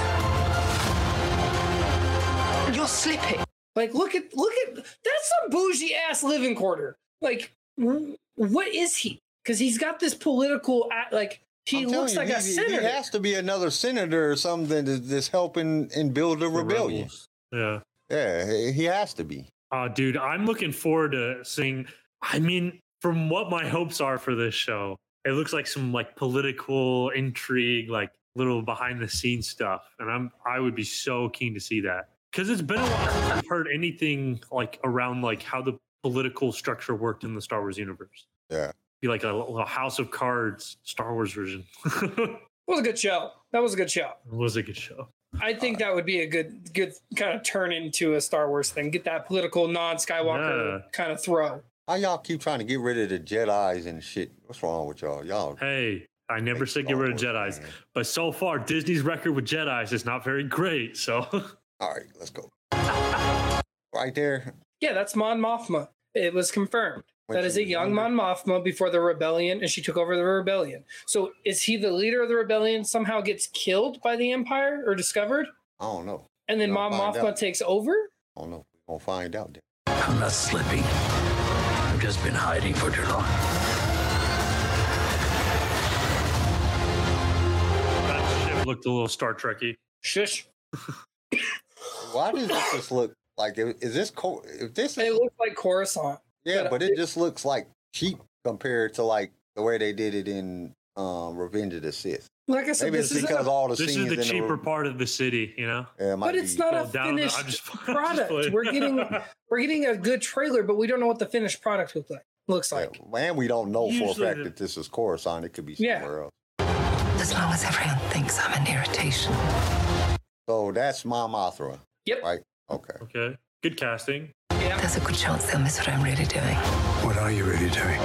You're slipping.
Like, look at look at that's some bougie ass living quarter. Like, wh- what is he? Because he's got this political act- like he
I'm telling
looks
you,
like a
he-
senator.
He has to be another senator or something that- that's helping and build a
the
rebellion.
rebels. Yeah.
Yeah, he- he has to be.
Uh, dude, I'm looking forward to seeing. I mean, from what my hopes are for this show, it looks like some like political intrigue, like little behind the scenes stuff, and I'm I would be so keen to see that because it's been a while since I've heard anything like around like how the political structure worked in the Star Wars universe.
Yeah.
be like a little House of Cards Star Wars version. it
It was a good show. That was a good show.
was a good show.
I think that would be a good good kind of turn into a Star Wars thing. Get that political non Skywalker kind of throw.
How y'all keep trying to get rid of the Jedi's and shit? What's wrong with y'all? Y'all
Hey, I never
hate
said get
Star
rid of
Wars,
Jedi's,
man.
but so far Disney's record with Jedi's is not very great. So.
All right, let's go. Right there.
Yeah, that's Mon Mothma. It was confirmed.
When
that is
she
a
was
young
younger.
Mon Mothma before the rebellion, and she took over the rebellion. So is he the leader of the rebellion? Somehow gets killed by the Empire or discovered,
I don't know.
and then
We'll
Mon
find
Mothma
out.
takes over.
I don't know. We're gonna find out. Then.
I'm not slipping. I've just been hiding for too long.
That ship looked a little Star Trekky.
Shush!
Why does this just look like? Is this co- if this?
It
Is,
looks like Coruscant.
yeah, but it just looks like cheap compared to like the way they did it in um, Revenge of the Sith.
Like I said,
Maybe it's
this is
because
a,
all the
This
scenes
is
in
the cheaper
the,
part of the city, you know.
yeah, it might
but it's
be-
not
Well,
a
down- I'm
finished
just- I'm just
product.
playing.
We're getting we're getting a good trailer, but we don't know what the finished product look like looks
Yeah,
like.
and we don't know for a
Usually
fact
the-
that this is Coruscant. It could be
Yeah.
somewhere else.
As long as everyone thinks I'm an irritation.
So that's my Mothra.
Yep.
Right. Okay.
Okay, good casting.
There's a good chance they'll miss what I'm really doing.
What are you really doing?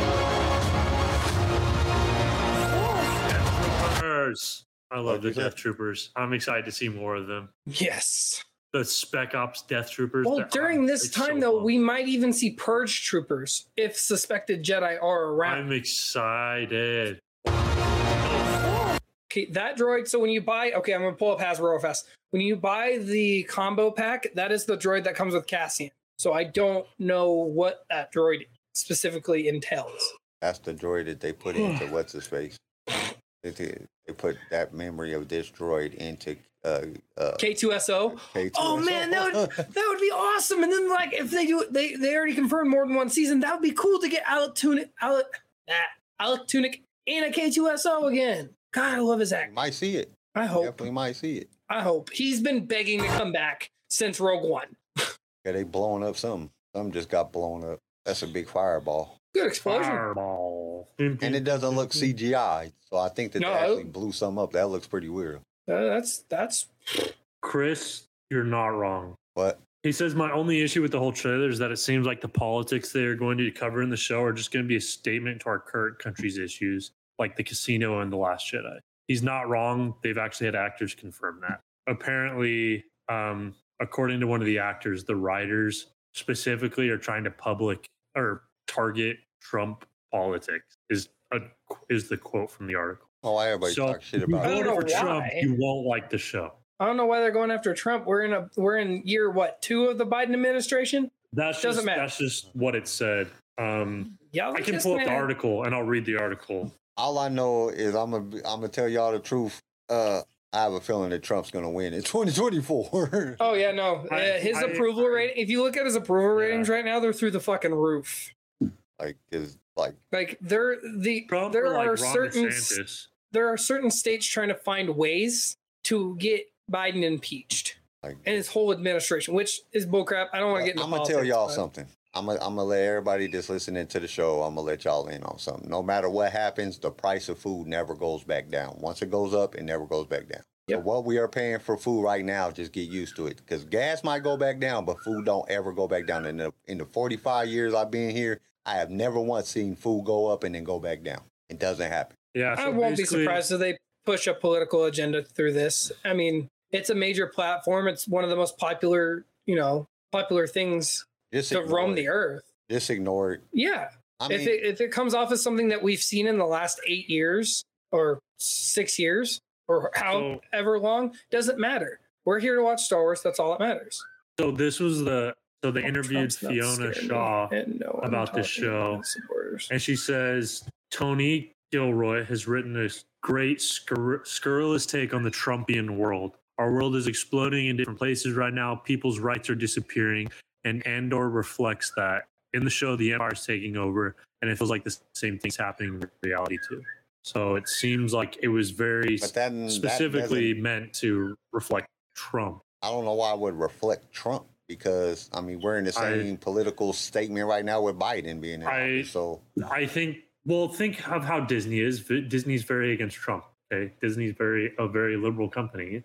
Troopers. I love
What'd
the
you say?
Death Troopers. I'm excited to see more of them.
Yes.
The Spec Ops Death Troopers.
Well,
they're-
during this
it's so
time though,
fun.
we might even see purge troopers if suspected Jedi are around.
I'm excited.
Okay, that droid. So when you buy, okay, I'm gonna pull up Hasbro real fast. When you buy the combo pack, that is the droid that comes with Cassian. So I don't know what that droid specifically entails.
That's the droid that they put into what's his face. They, they they put that memory of this droid into uh, uh,
K2SO.
K2.
Oh man, that would that would be awesome. And then like if they do, they they already confirmed more than one season. That would be cool to get Alec Tunic, Alec, ah, Alec Tunic, and a K2SO again. God, I love his
You
act.
might see it.
I hope.
Definitely might see it.
I hope. He's been begging to come back since Rogue One.
Yeah, they blowing up something. Some just got blown up. That's a big fireball,
Good explosion.
Fireball.
and it doesn't
Mm-hmm.
look CGI. So I think that
No,
they
it-
actually blew some up. That looks pretty weird.
Uh, that's that's
Chris, you're not wrong.
But
He says my only issue with the whole trailer is that it seems like the politics they are going to cover in the show are just going to be a statement to our current country's issues, like the casino and the Last Jedi. He's not wrong. They've actually had actors confirm that. Apparently, um, according to one of the actors, the writers specifically are trying to public or target Trump politics. Is a, is the quote from the article?
oh, why everybody
So
talk shit
if you
about
I
it?
don't
voted
know
for Trump,
why.
you won't like the show.
I don't know why they're going after Trump. We're in a we're in year what two of the Biden administration.
That's
Doesn't
just
matter.
that's just what it said. Um,
Yeah,
I can pull up the article and I'll read the article.
All I know is I'm gonna I'm gonna tell y'all the truth. Uh, I have a feeling that Trump's gonna win in 2024.
Oh yeah, no,
I-
uh, his
I-
approval rating. If you look at his approval
Yeah.
ratings right now, they're through the fucking roof.
like, is like
Like there, the
Trump
there
or like
are
Ron
certain
DeSantis.
there are certain states trying to find ways to get Biden impeached
Like-
and his whole administration, which is bullcrap. I don't want to get.
I'm
Into
gonna Uh, tell
politics,
y'all
but-
something. I'm gonna I'm gonna let everybody that's listening to the show. I'm gonna let y'all in on something. No matter what happens, the price of food never goes back down. Once it goes up, it never goes back down. So
Yep.
what we are paying for food right now, just get used to it. Because gas might go back down, but food don't ever go back down. In the in the 45 years I've been here, I have never once seen food go up and then go back down. It doesn't happen.
Yeah,
I
so
won't be
basically-
surprised if they push a political agenda through this. I mean, it's a major platform. It's one of the most popular, you know, popular things
Just
to
ignore
roam
it.
the earth.
Just ignore it.
Yeah.
I
if it if it comes off as something that we've seen in the last eight years or six years or
So-
however long, doesn't matter. We're here to watch Star Wars. That's all that matters.
So this was the so they interviewed
Trump's not
Fiona
scared me.
Shaw
And no, I'm
about this
talking
show.
about supporters.
and she says Tony Gilroy has written a great scur- scurrilous take on the Trumpian world. Our world is exploding in different places right now. People's rights are disappearing, and Andor reflects that. In the show, the Empire is taking over, and it feels like the same thing's happening in reality too. So it seems like it was very
but that that
specifically meant to reflect Trump.
I don't know why it would reflect Trump because I mean we're in the
I-
same political statement right now with Biden being in
I-
office. So
I think. Well, think of how Disney is. V- Disney's very against Trump. Okay, Disney's very a very liberal company.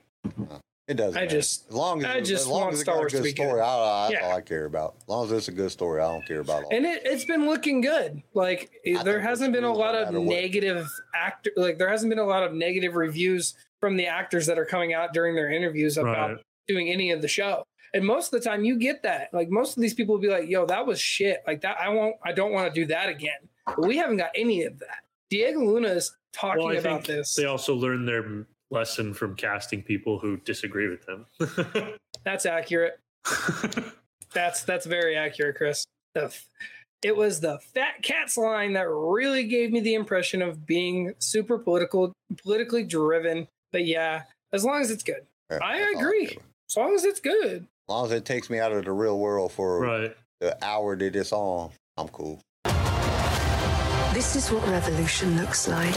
it doesn't.
I
matter.
just-
as long as
I just
as long
want
as it
Star
got
Wars
a
to
good
be good.
story, I, I, that's
Yeah.
all I care about. As long as it's a good story, I don't care about all.
and it, it's been looking good like
think
there
we're
hasn't been a
screwed no
lot of
matter what.
negative actor like there hasn't been a lot of negative reviews from the actors that are coming out during their interviews about
Right.
doing any of the show and most of the time you get that like most of these people will be like yo that was shit like that i won't i don't want to do that again but we haven't got any of that diego luna is talking
Well, I
about
think
this
they also learn their lesson from casting people who disagree with them.
that's accurate that's that's very accurate chris The f- it was the fat cats line that really gave me the impression of being super political politically driven but yeah as long as it's good
Yeah,
I
that's all
agree.
care about.
as long as it's good
As long as it takes me out of the real world for
right.
the hour that it's on, I'm cool.
This is what revolution looks like.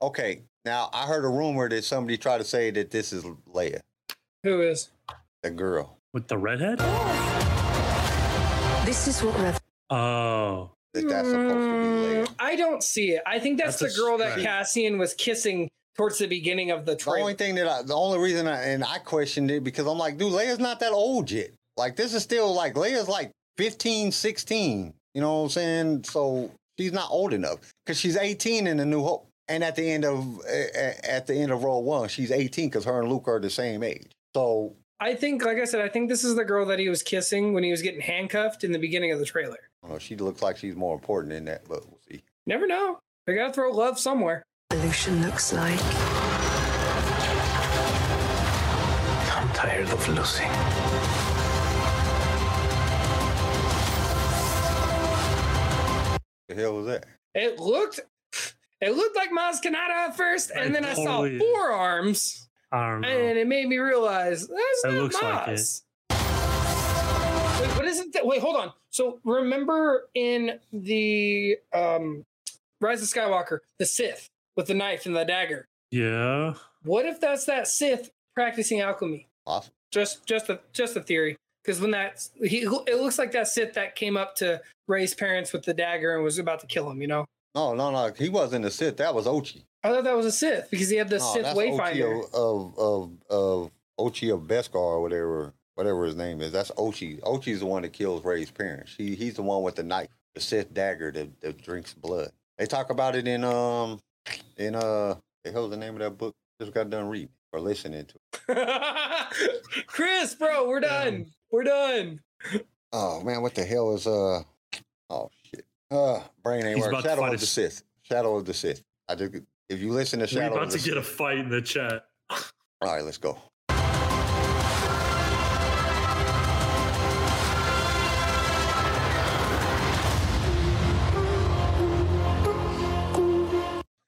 Okay. Now I heard a rumor that somebody tried to say that this is Leia,
who is
the girl.
With the redhead?
This is what rev-
Oh.
That that's supposed to be Leia.
Mm, i don't see it i think that's,
That's a
the girl that
stretch.
cassian was kissing towards the beginning of the
The
trailer
only thing that I, the only reason I, and I questioned it because I'm like, dude, Leia's not that old yet. Like, this is still like, Leia's like 15, 16. You know what I'm saying? So she's not old enough because she's 18 in the New Hope. And at the end of, a- a- at the end of Row One, she's 18 because her and Luke are the same age. So,
i think like i said i think this is the girl that he was kissing when he was getting handcuffed in the beginning of the trailer
I don't know, she looks like she's more important than that, but we'll see.
never know they gotta throw love somewhere
revolution looks like.
I'm tired of losing.
The hell was that?
It looked it looked like Maz Kanata at first, and
It
then I saw
totally is.
forearms,
I don't know.
and it made me realize that's
It
not
looks like
Maz. Wait, what isn't that? Wait, hold on. So remember in the um, Rise of Skywalker, the Sith with the knife and the dagger.
yeah.
What if that's that Sith practicing alchemy?
Awesome.
Just just a just a theory. Because when that he it looks like that Sith that came up to Ray's parents with the dagger and was about to kill him, you know.
No, no, no. He wasn't a Sith. That was Ochi.
I thought that was a Sith because he had the
no, Oh,
Sith
that's
Wayfinder.
Ochi of of of, of Ochi of Beskar or whatever whatever his name is. That's Ochi. Ochi's the one that kills Ray's parents. He he's the one with the knife, the Sith dagger that, that drinks blood. They talk about it in um in uh the hell's the name of that book? Just got done reading or listening to.
Chris, bro, we're done. We're done.
Oh man, what the hell is uh oh shit. Uh brain ain't
He's
work.
about to
Shadow
fight
of
us.
the Sith. Shadow of the Sith. I just if you listen to
We're
Shadow
about
of the
to
Sith.
get a fight in the chat.
All right, let's go.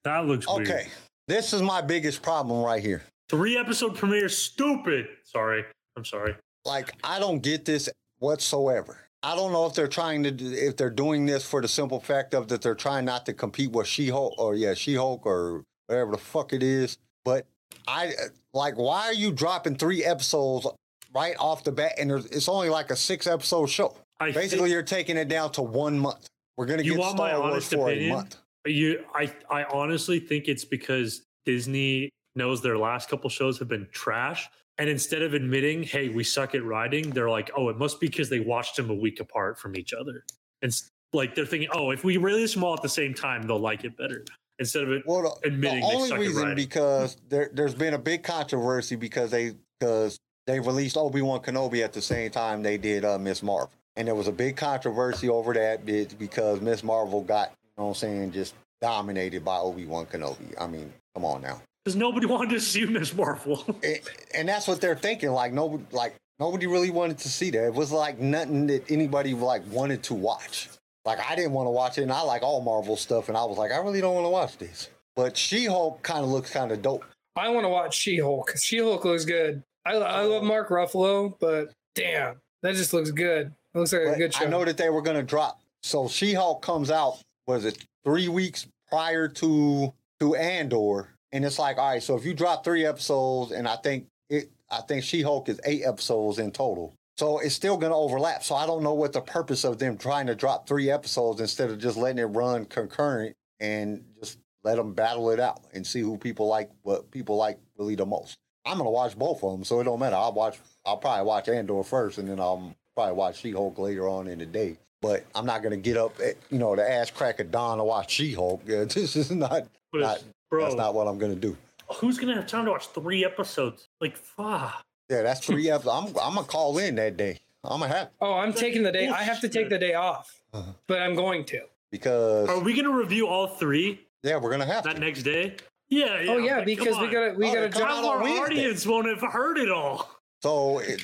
That looks weird.
Okay. This is my biggest problem right here.
Three episode premiere, stupid. Sorry. I'm sorry.
Like, I don't get this whatsoever. I don't know if they're trying to, do, if they're doing this for the simple fact of that they're trying not to compete with She Hulk or, yeah, She Hulk or whatever the fuck it is. But I, like, why are you dropping three episodes right off the bat? And there's, it's only like a six episode show.
I
Basically,
think-
you're taking it down to one month. We're going to
You
get
want my
Star Wars
honest
for
opinion?
a month.
You, I, I honestly think it's because Disney knows their last couple shows have been trash, and instead of admitting, "Hey, we suck at writing," they're like, "Oh, it must be because they watched them a week apart from each other." And s- like they're thinking, "Oh, if we release them all at the same time, they'll like it better." Instead of it,
Well, the, the
admitting they
only
suck at
reason
writing.
because there, there's been a big controversy because they because they released Obi Wan Kenobi at the same time they did uh, Miss Marvel, and there was a big controversy over that be- because Miss Marvel got you know what I'm saying just dominated by Obi Wan Kenobi. I mean, come on now,
because nobody wanted to see Miss Marvel.
and, and that's what they're thinking. Like nobody like nobody really wanted to see that. It was like nothing that anybody like wanted to watch. Like I didn't want to watch it, and I like all Marvel stuff, and I was like, I really don't want to watch this. But She Hulk kind of looks kind of dope.
I want to watch She Hulk. She Hulk looks good. I, I
Oh.
love Mark Ruffalo, but damn, that just looks good. It looks like a
But
good show.
I know that they were going to drop. So She Hulk comes out, was it three weeks prior to to Andor? And it's like, all right, so if you drop three episodes, and I think it, I think She Hulk is eight episodes in total. So it's still going to overlap. So I don't know what the purpose of them trying to drop three episodes instead of just letting it run concurrent and just let them battle it out and see who people like, what people like really the most. I'm gonna watch both of them, so it don't matter. I'll watch. I'll probably watch Andor first, and then I'll probably watch She-Hulk later on in the day. But I'm not gonna get up, at, you know, the ass crack of dawn to watch She-Hulk. Yeah, this is not.
But it's-
not-
bro,
That's not what I'm gonna do.
who's gonna have time to watch three episodes? Like, fuck.
Yeah, that's three episodes. I'm I'm gonna call in that day. I'm gonna have
oh, I'm taking the day. I have to take the day off,
Uh-huh.
but I'm going to.
because
Are we gonna review all three
yeah, we're gonna have
that
to.
next day? Yeah.
Oh yeah,
like, come
because we
on.
gotta we
Oh,
gotta
they come
jump.
out
Half
on
our
Wednesday.
audience won't have heard it all.
So it,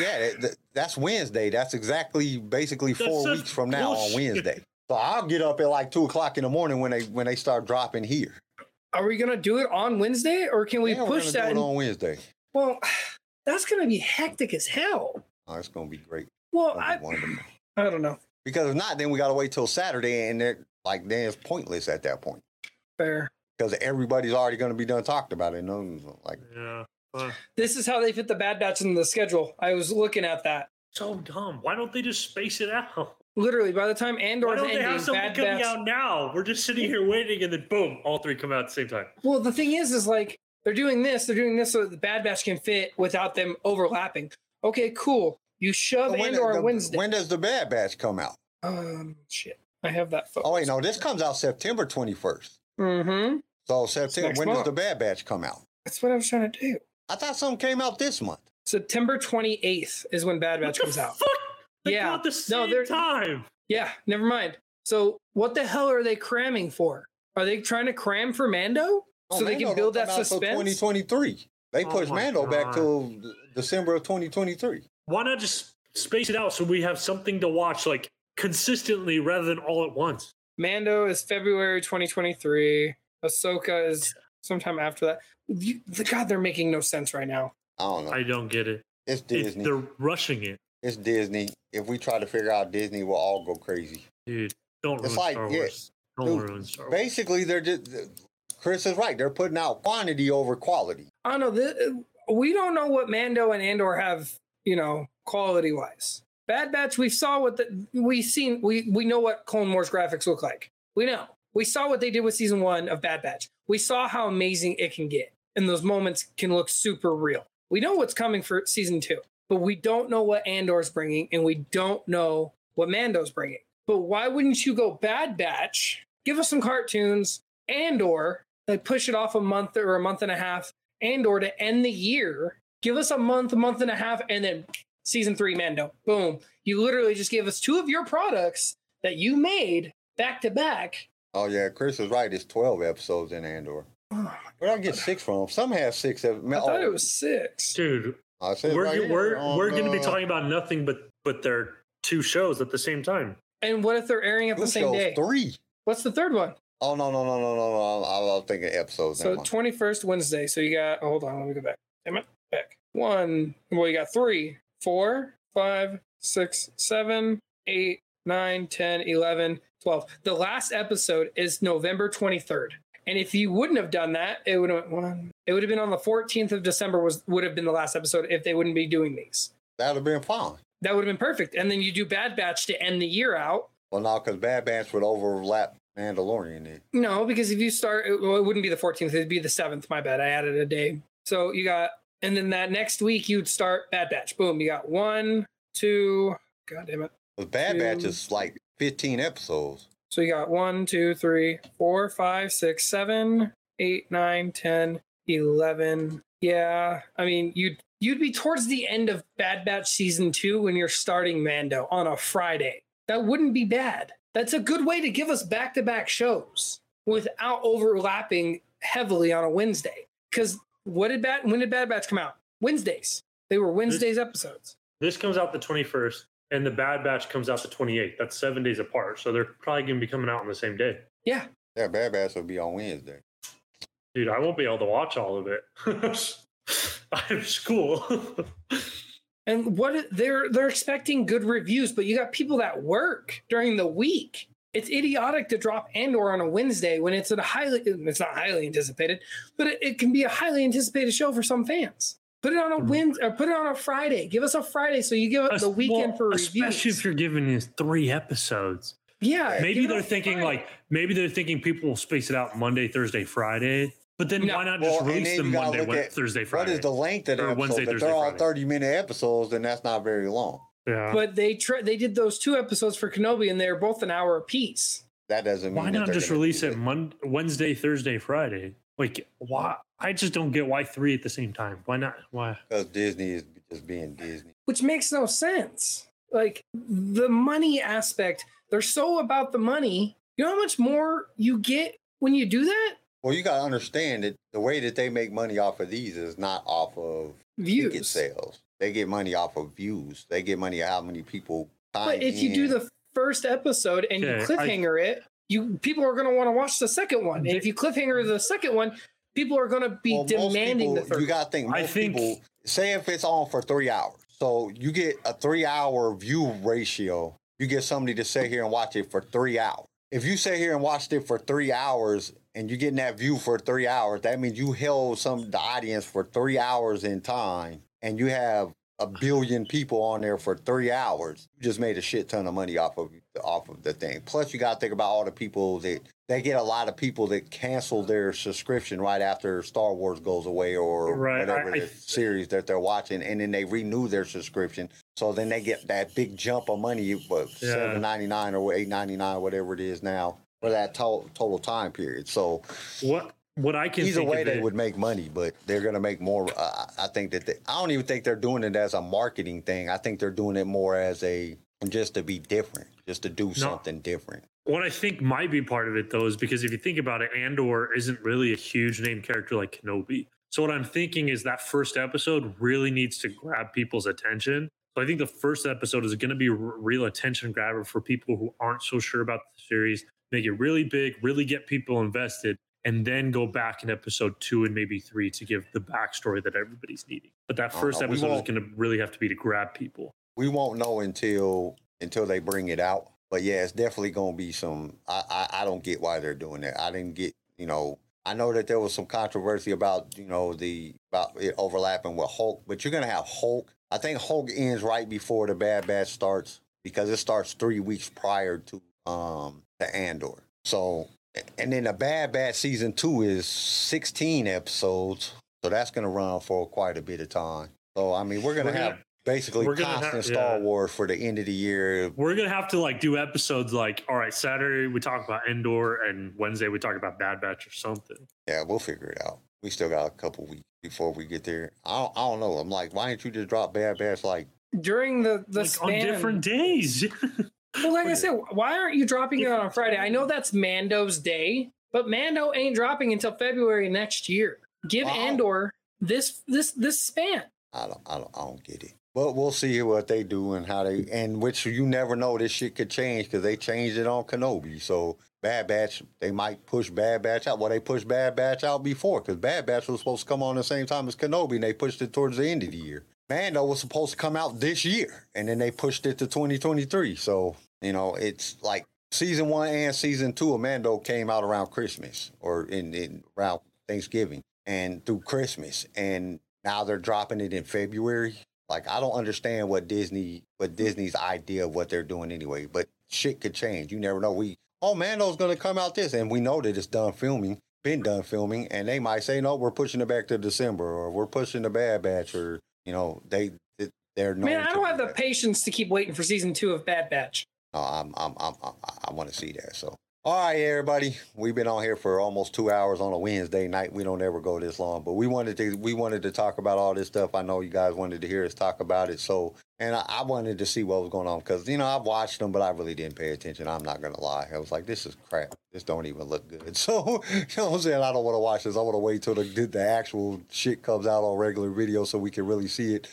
yeah, it, th- that's Wednesday. That's exactly basically
That's
four
such
weeks from now
bullshit.
on Wednesday. So I'll get up at like two o'clock in the morning when they when they start dropping here.
Are we gonna do it on Wednesday or can we
Yeah, we're
push
gonna
that?
do
and-
it on Wednesday.
well, that's gonna be hectic as hell.
Oh, it's gonna be great.
Well,
It's gonna
I,
be wonderful.
I don't know.
Because if not, then we gotta wait till Saturday, and they're like, then it's pointless at that point
Fair.
because everybody's already gonna be done talked about it. No, like
Yeah. fuck.
This is how they fit the Bad Batch in the schedule. I was looking at that.
So dumb. Why don't they just space it out?
Literally, by the time
Why
Andor's
don't they
ending,
have something
Bad
coming
Batch.
out now? We're just sitting here waiting, and then boom, all three come out at the same time.
Well, the thing is, is like they're doing this, they're doing this so that the Bad Batch can fit without them overlapping. Okay, cool. You shove
But
Andor
the-
on Wednesday.
when does the Bad Batch come out?
um, shit. I have that photo.
Oh wait, no, this comes out September twenty first.
Mm-hmm.
So September.
next
When
month.
does the Bad Batch come out?
That's what I was trying to do.
I thought something came out this month.
September 28th is when Bad Batch
What the
comes out.
Fuck? They
Yeah.
come out the
No,
same
they're-
time.
Yeah, never mind. So what the hell are they cramming for? Are they trying to cram for Mando?
Oh,
so they
Mando
can
don't
build
come
that
out till
suspense?
2023. They
Oh
pushed
my
Mando
God.
back till th- December of 2023.
Why not just space it out so we have something to watch like consistently rather than all at once?
Mando is February 2023. Ahsoka is sometime after that. You, the, God, they're making no sense right now.
I don't know.
I don't get it.
it's
It's,
Disney.
they're rushing it,
it's Disney. If we try to figure out Disney, we'll all go crazy.
dude. Don't
It's
ruin
like,
Star
yeah,
Wars. Don't
dude,
ruin Star Wars.
Basically, they're just. Chris is right. They're putting out quantity over quality.
I don't know. This, we don't know what Mando and Andor have, you know, quality wise. Bad Batch, we saw what the, we seen. We we know what Clone Wars graphics look like. We know. We saw what they did with season one of Bad Batch. We saw how amazing it can get, and those moments can look super real. We know what's coming for season two, but we don't know what Andor's bringing, and we don't know what Mando's bringing. But why wouldn't you go Bad Batch? Give us some cartoons, Andor. They push it off a month or a month and a half, Andor to end the year. Give us a month, a month and a half, and then season three Mando. Boom. You literally just gave us two of your products that you made back to back.
Oh, yeah. Chris is right. It's 12 episodes in Andor.
Oh,
Where would I get six from? Some have six. Of,
I thought it was six.
Dude,
oh, it says
we're
right here
we're
on,
we're going to be
uh,
talking about nothing but but their two shows at the same time.
And what if they're airing at
who
the same
shows
day?
Three.
What's the third one?
Oh no no no no no no! I was thinking episodes.
So
So tw-
twenty first Wednesday. So you got oh, hold on, let me go back. Damn it, back one. Well, you got three, four, five, six, seven, eight, nine, ten, eleven, twelve. The last episode is November twenty third. And if you wouldn't have done that, it would have one. It would have been on the fourteenth of December. Was would have been the last episode if they wouldn't be doing these.
That'd have been fine.
That would have been perfect. And then you do Bad Batch to end the year out.
Well, no, because Bad Batch would overlap Mandalorian. It.
No, because if you start, it, well, it wouldn't be the 14th. It'd be the 7th. My bad. I added a day. So you got, and then that next week you'd start Bad Batch. Boom. You got one, two, God damn it.
But Bad Batch
Two.
is like fifteen episodes.
So you got one, two, three, four, five, six, seven, eight, nine, ten, eleven. Yeah. I mean, you'd, you'd be towards the end of Bad Batch season two when you're starting Mando on a Friday. That wouldn't be bad. That's a good way to give us back to back shows without overlapping heavily on a Wednesday. Because what did Bad when did Bad Batch come out? Wednesdays. They were Wednesdays episodes.
This comes out the 21st, and the Bad Batch comes out the 28th. That's seven days apart. So they're probably going to be coming out on the same day.
Yeah.
Yeah, Bad Batch would be on Wednesday.
Dude, I won't be able to watch all of it. I have school.
And what they're they're expecting good reviews, but you got people that work during the week. It's idiotic to drop Andor on a Wednesday when it's a highly it's not highly anticipated, but it, it can be a highly anticipated show for some fans. Put it on a
Mhm.
Wednesday or put it on a Friday. Give us a Friday so you give it the
Well,
weekend for reviews.
Especially if you're giving us three episodes.
yeah, give
Maybe
it
they're
a
thinking
Friday.
like maybe they're thinking people will space it out Monday, Thursday, Friday. But then
No.
why not just
Well, and
release
then
them
you gotta
Monday,
look
Wed-
at
Thursday, Friday?
What is the length of the
Or
episode?
Wednesday,
if
Thursday,
they're all
Friday.
thirty-minute episodes, then that's not very long.
yeah.
But they tr- they did those two episodes for Kenobi and they're both an hour apiece.
That doesn't mean
why
that
not
they're
just
gonna
release
do
it Monday, Wednesday, Thursday, Friday? Like why? I just don't get why three at the same time. Why not? Why?
Because Disney is just being Disney.
which makes no sense. Like the money aspect, they're so about the money. You know how much more you get when you do that?
Well, you got to understand that the way that they make money off of these is not off of ticket
Views.
sales. They get money off of views. They get money how many people.
But
time
if you do
in.
the first episode and you
Okay, I-
cliffhanger it, you people are going to want to watch the second one. And if you cliffhanger the second one, people are going to be
Well, most
demanding
people,
the third.
You got to think.
I
Most
think-
people say if it's on for three hours, so you get a three-hour view ratio. You get somebody to sit here and watch it for three hours. If you sit here and watched it for three hours and you're getting that view for three hours, that means you held some the audience for three hours in time, and you have a billion people on there for three hours. You just made a shit ton of money off of off of the thing. Plus, you got to think about all the people that they get a lot of people that cancel their subscription right after Star Wars goes away or
Right, I-
whatever
I-
the series that they're watching, and then they renew their subscription. So then they get that big jump of money, what
Yeah.
seven ninety nine or eight ninety nine, whatever it is now. For that to- total time period, so
What? What I can
either
think
way
of
they
it-
would make money, but they're gonna make more. Uh, I think that they, I don't even think they're doing it as a marketing thing. I think they're doing it more as a just to be different, just to do something different.
What I think might be part of it though is because if you think about it, Andor isn't really a huge name character like Kenobi. So what I'm thinking is that first episode really needs to grab people's attention. So I think the first episode is going to be a r- real attention grabber for people who aren't so sure about the series. Make it really big, really get people invested, and then go back in episode two and maybe three to give the backstory that everybody's needing. But that
Oh,
first
no, we
episode is
won't.
going to really have to be to grab people.
We won't know until until they bring it out. But yeah, it's definitely gonna be some. I I, I don't get why they're doing that. I didn't get you know. I know that there was some controversy about you know the about it overlapping with Hulk, but you're gonna have Hulk. I think Hulk ends right before the Bad Batch starts because it starts three weeks prior to um to Andor. So and then the Bad Batch season two is 16 episodes, so that's gonna run for quite a bit of time. So I mean, we're gonna
We're
have
gonna-
basically
we're gonna have-
constant Star
yeah.
Wars for the end of the year.
We're gonna have to like do episodes like all right, Saturday we talk about Endor and Wednesday we talk about Bad Batch or something.
Yeah, we'll figure it out. We still got a couple weeks before we get there. I don't, I don't know. I'm like, why didn't you just drop Bad Batch like
During the the
like
span,
on different days.
Well, like I said, why aren't you dropping it on a Friday? I know that's Mando's day, but Mando ain't dropping until February next year. Give
Wow.
Andor this this this span.
I don't I don't I don't get it. But we'll see what they do and how they and which you never know. This shit could change because they changed it on Kenobi. So Bad Batch, they might push Bad Batch out. Well, they pushed Bad Batch out before because Bad Batch was supposed to come on the same time as Kenobi, and they pushed it towards the end of the year. Mando was supposed to come out this year, and then they pushed it to 2023. So you know, it's like season one and season two of Mando came out around Christmas or in, in around Thanksgiving and through Christmas, and now they're dropping it in February. Like I don't understand what Disney, what Disney's idea of what they're doing anyway. But shit could change. You never know. We oh Mando's gonna come out this, and we know that it's done filming, been done filming, and they might say no, we're pushing it back to December, or we're pushing the Bad Batch, or you know they they're known
Man, I
to
don't
do
have the
that.
patience to keep waiting for season two of Bad Batch.
No, I'm, I'm, I'm, I'm I want to see that. So, all right, everybody, we've been on here for almost two hours on a Wednesday night. We don't ever go this long, but we wanted to, we wanted to talk about all this stuff. I know you guys wanted to hear us talk about it. So, and I, I wanted to see what was going on because you know I've watched them, but I really didn't pay attention. I'm not gonna lie. I was like, this is crap. This don't even look good. So, you know what I'm saying? I don't want to watch this. I want to wait till the the actual shit comes out on regular video so we can really see it.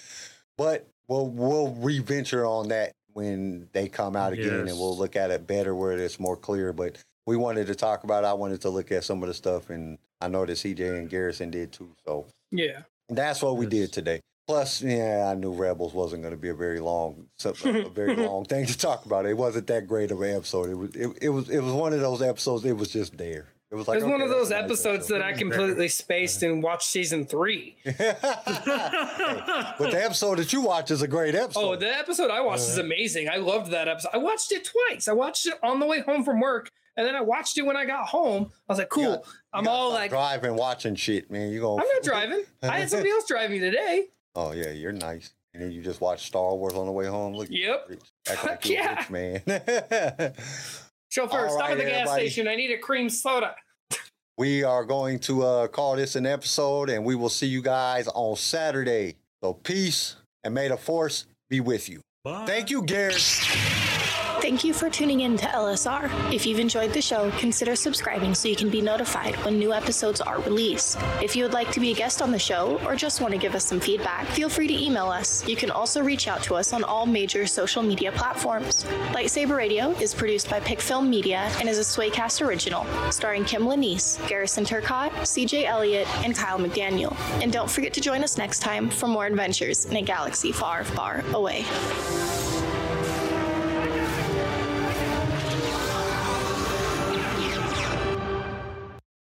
But we'll we'll reventure on that when they come out again,
Yes.
and we'll look at it better where it's more clear. But we wanted to talk about. It. I wanted to look at some of the stuff, and I know that CJ and Garrison did too. So
Yeah.
that's what we
Yes.
did today. Plus, yeah, I knew Rebels wasn't going to be a very long, so- a very long thing to talk about. It wasn't that great of an episode. It was, it, it was, it was one of those episodes. It was just there. It was like
It's one
okay,
of
that's
those
a nice
episodes that I completely spaced and watched season three.
episode. but the episode that you watch is a great episode.
Oh, the episode I watched
Uh-huh.
is amazing. I loved that episode. I watched it twice. I watched it on the way home from work, and then I watched it when I got home. I was like, cool.
gotta-
I'm all like,
driving, watching shit, man. You gonna?
I'm not driving. I had somebody else drive me today.
Oh yeah, you're nice. And then you just watch Star Wars on the way home. Look,
Yep.
rich. Act like
Fuck
you a
yeah.
rich man.
Chauffeur,
All
stop
right,
at the gas
everybody.
station. I need a cream soda.
we are going to uh, call this an episode, and we will see you guys on Saturday. So peace, and may the force be with you.
Bye.
Thank you, Garrett.
Thank you for tuning in to LSR. If you've enjoyed the show, consider subscribing so you can be notified when new episodes are released. If you would like to be a guest on the show or just want to give us some feedback, feel free to email us. You can also reach out to us on all major social media platforms. Lightsaber Radio is produced by Pickfilm Media and is a Swaycast original, starring Kim Lanise, Garrison Turcott, CJ Elliott, and Kyle McDaniel. And don't forget to join us next time for more adventures in a galaxy far, far away.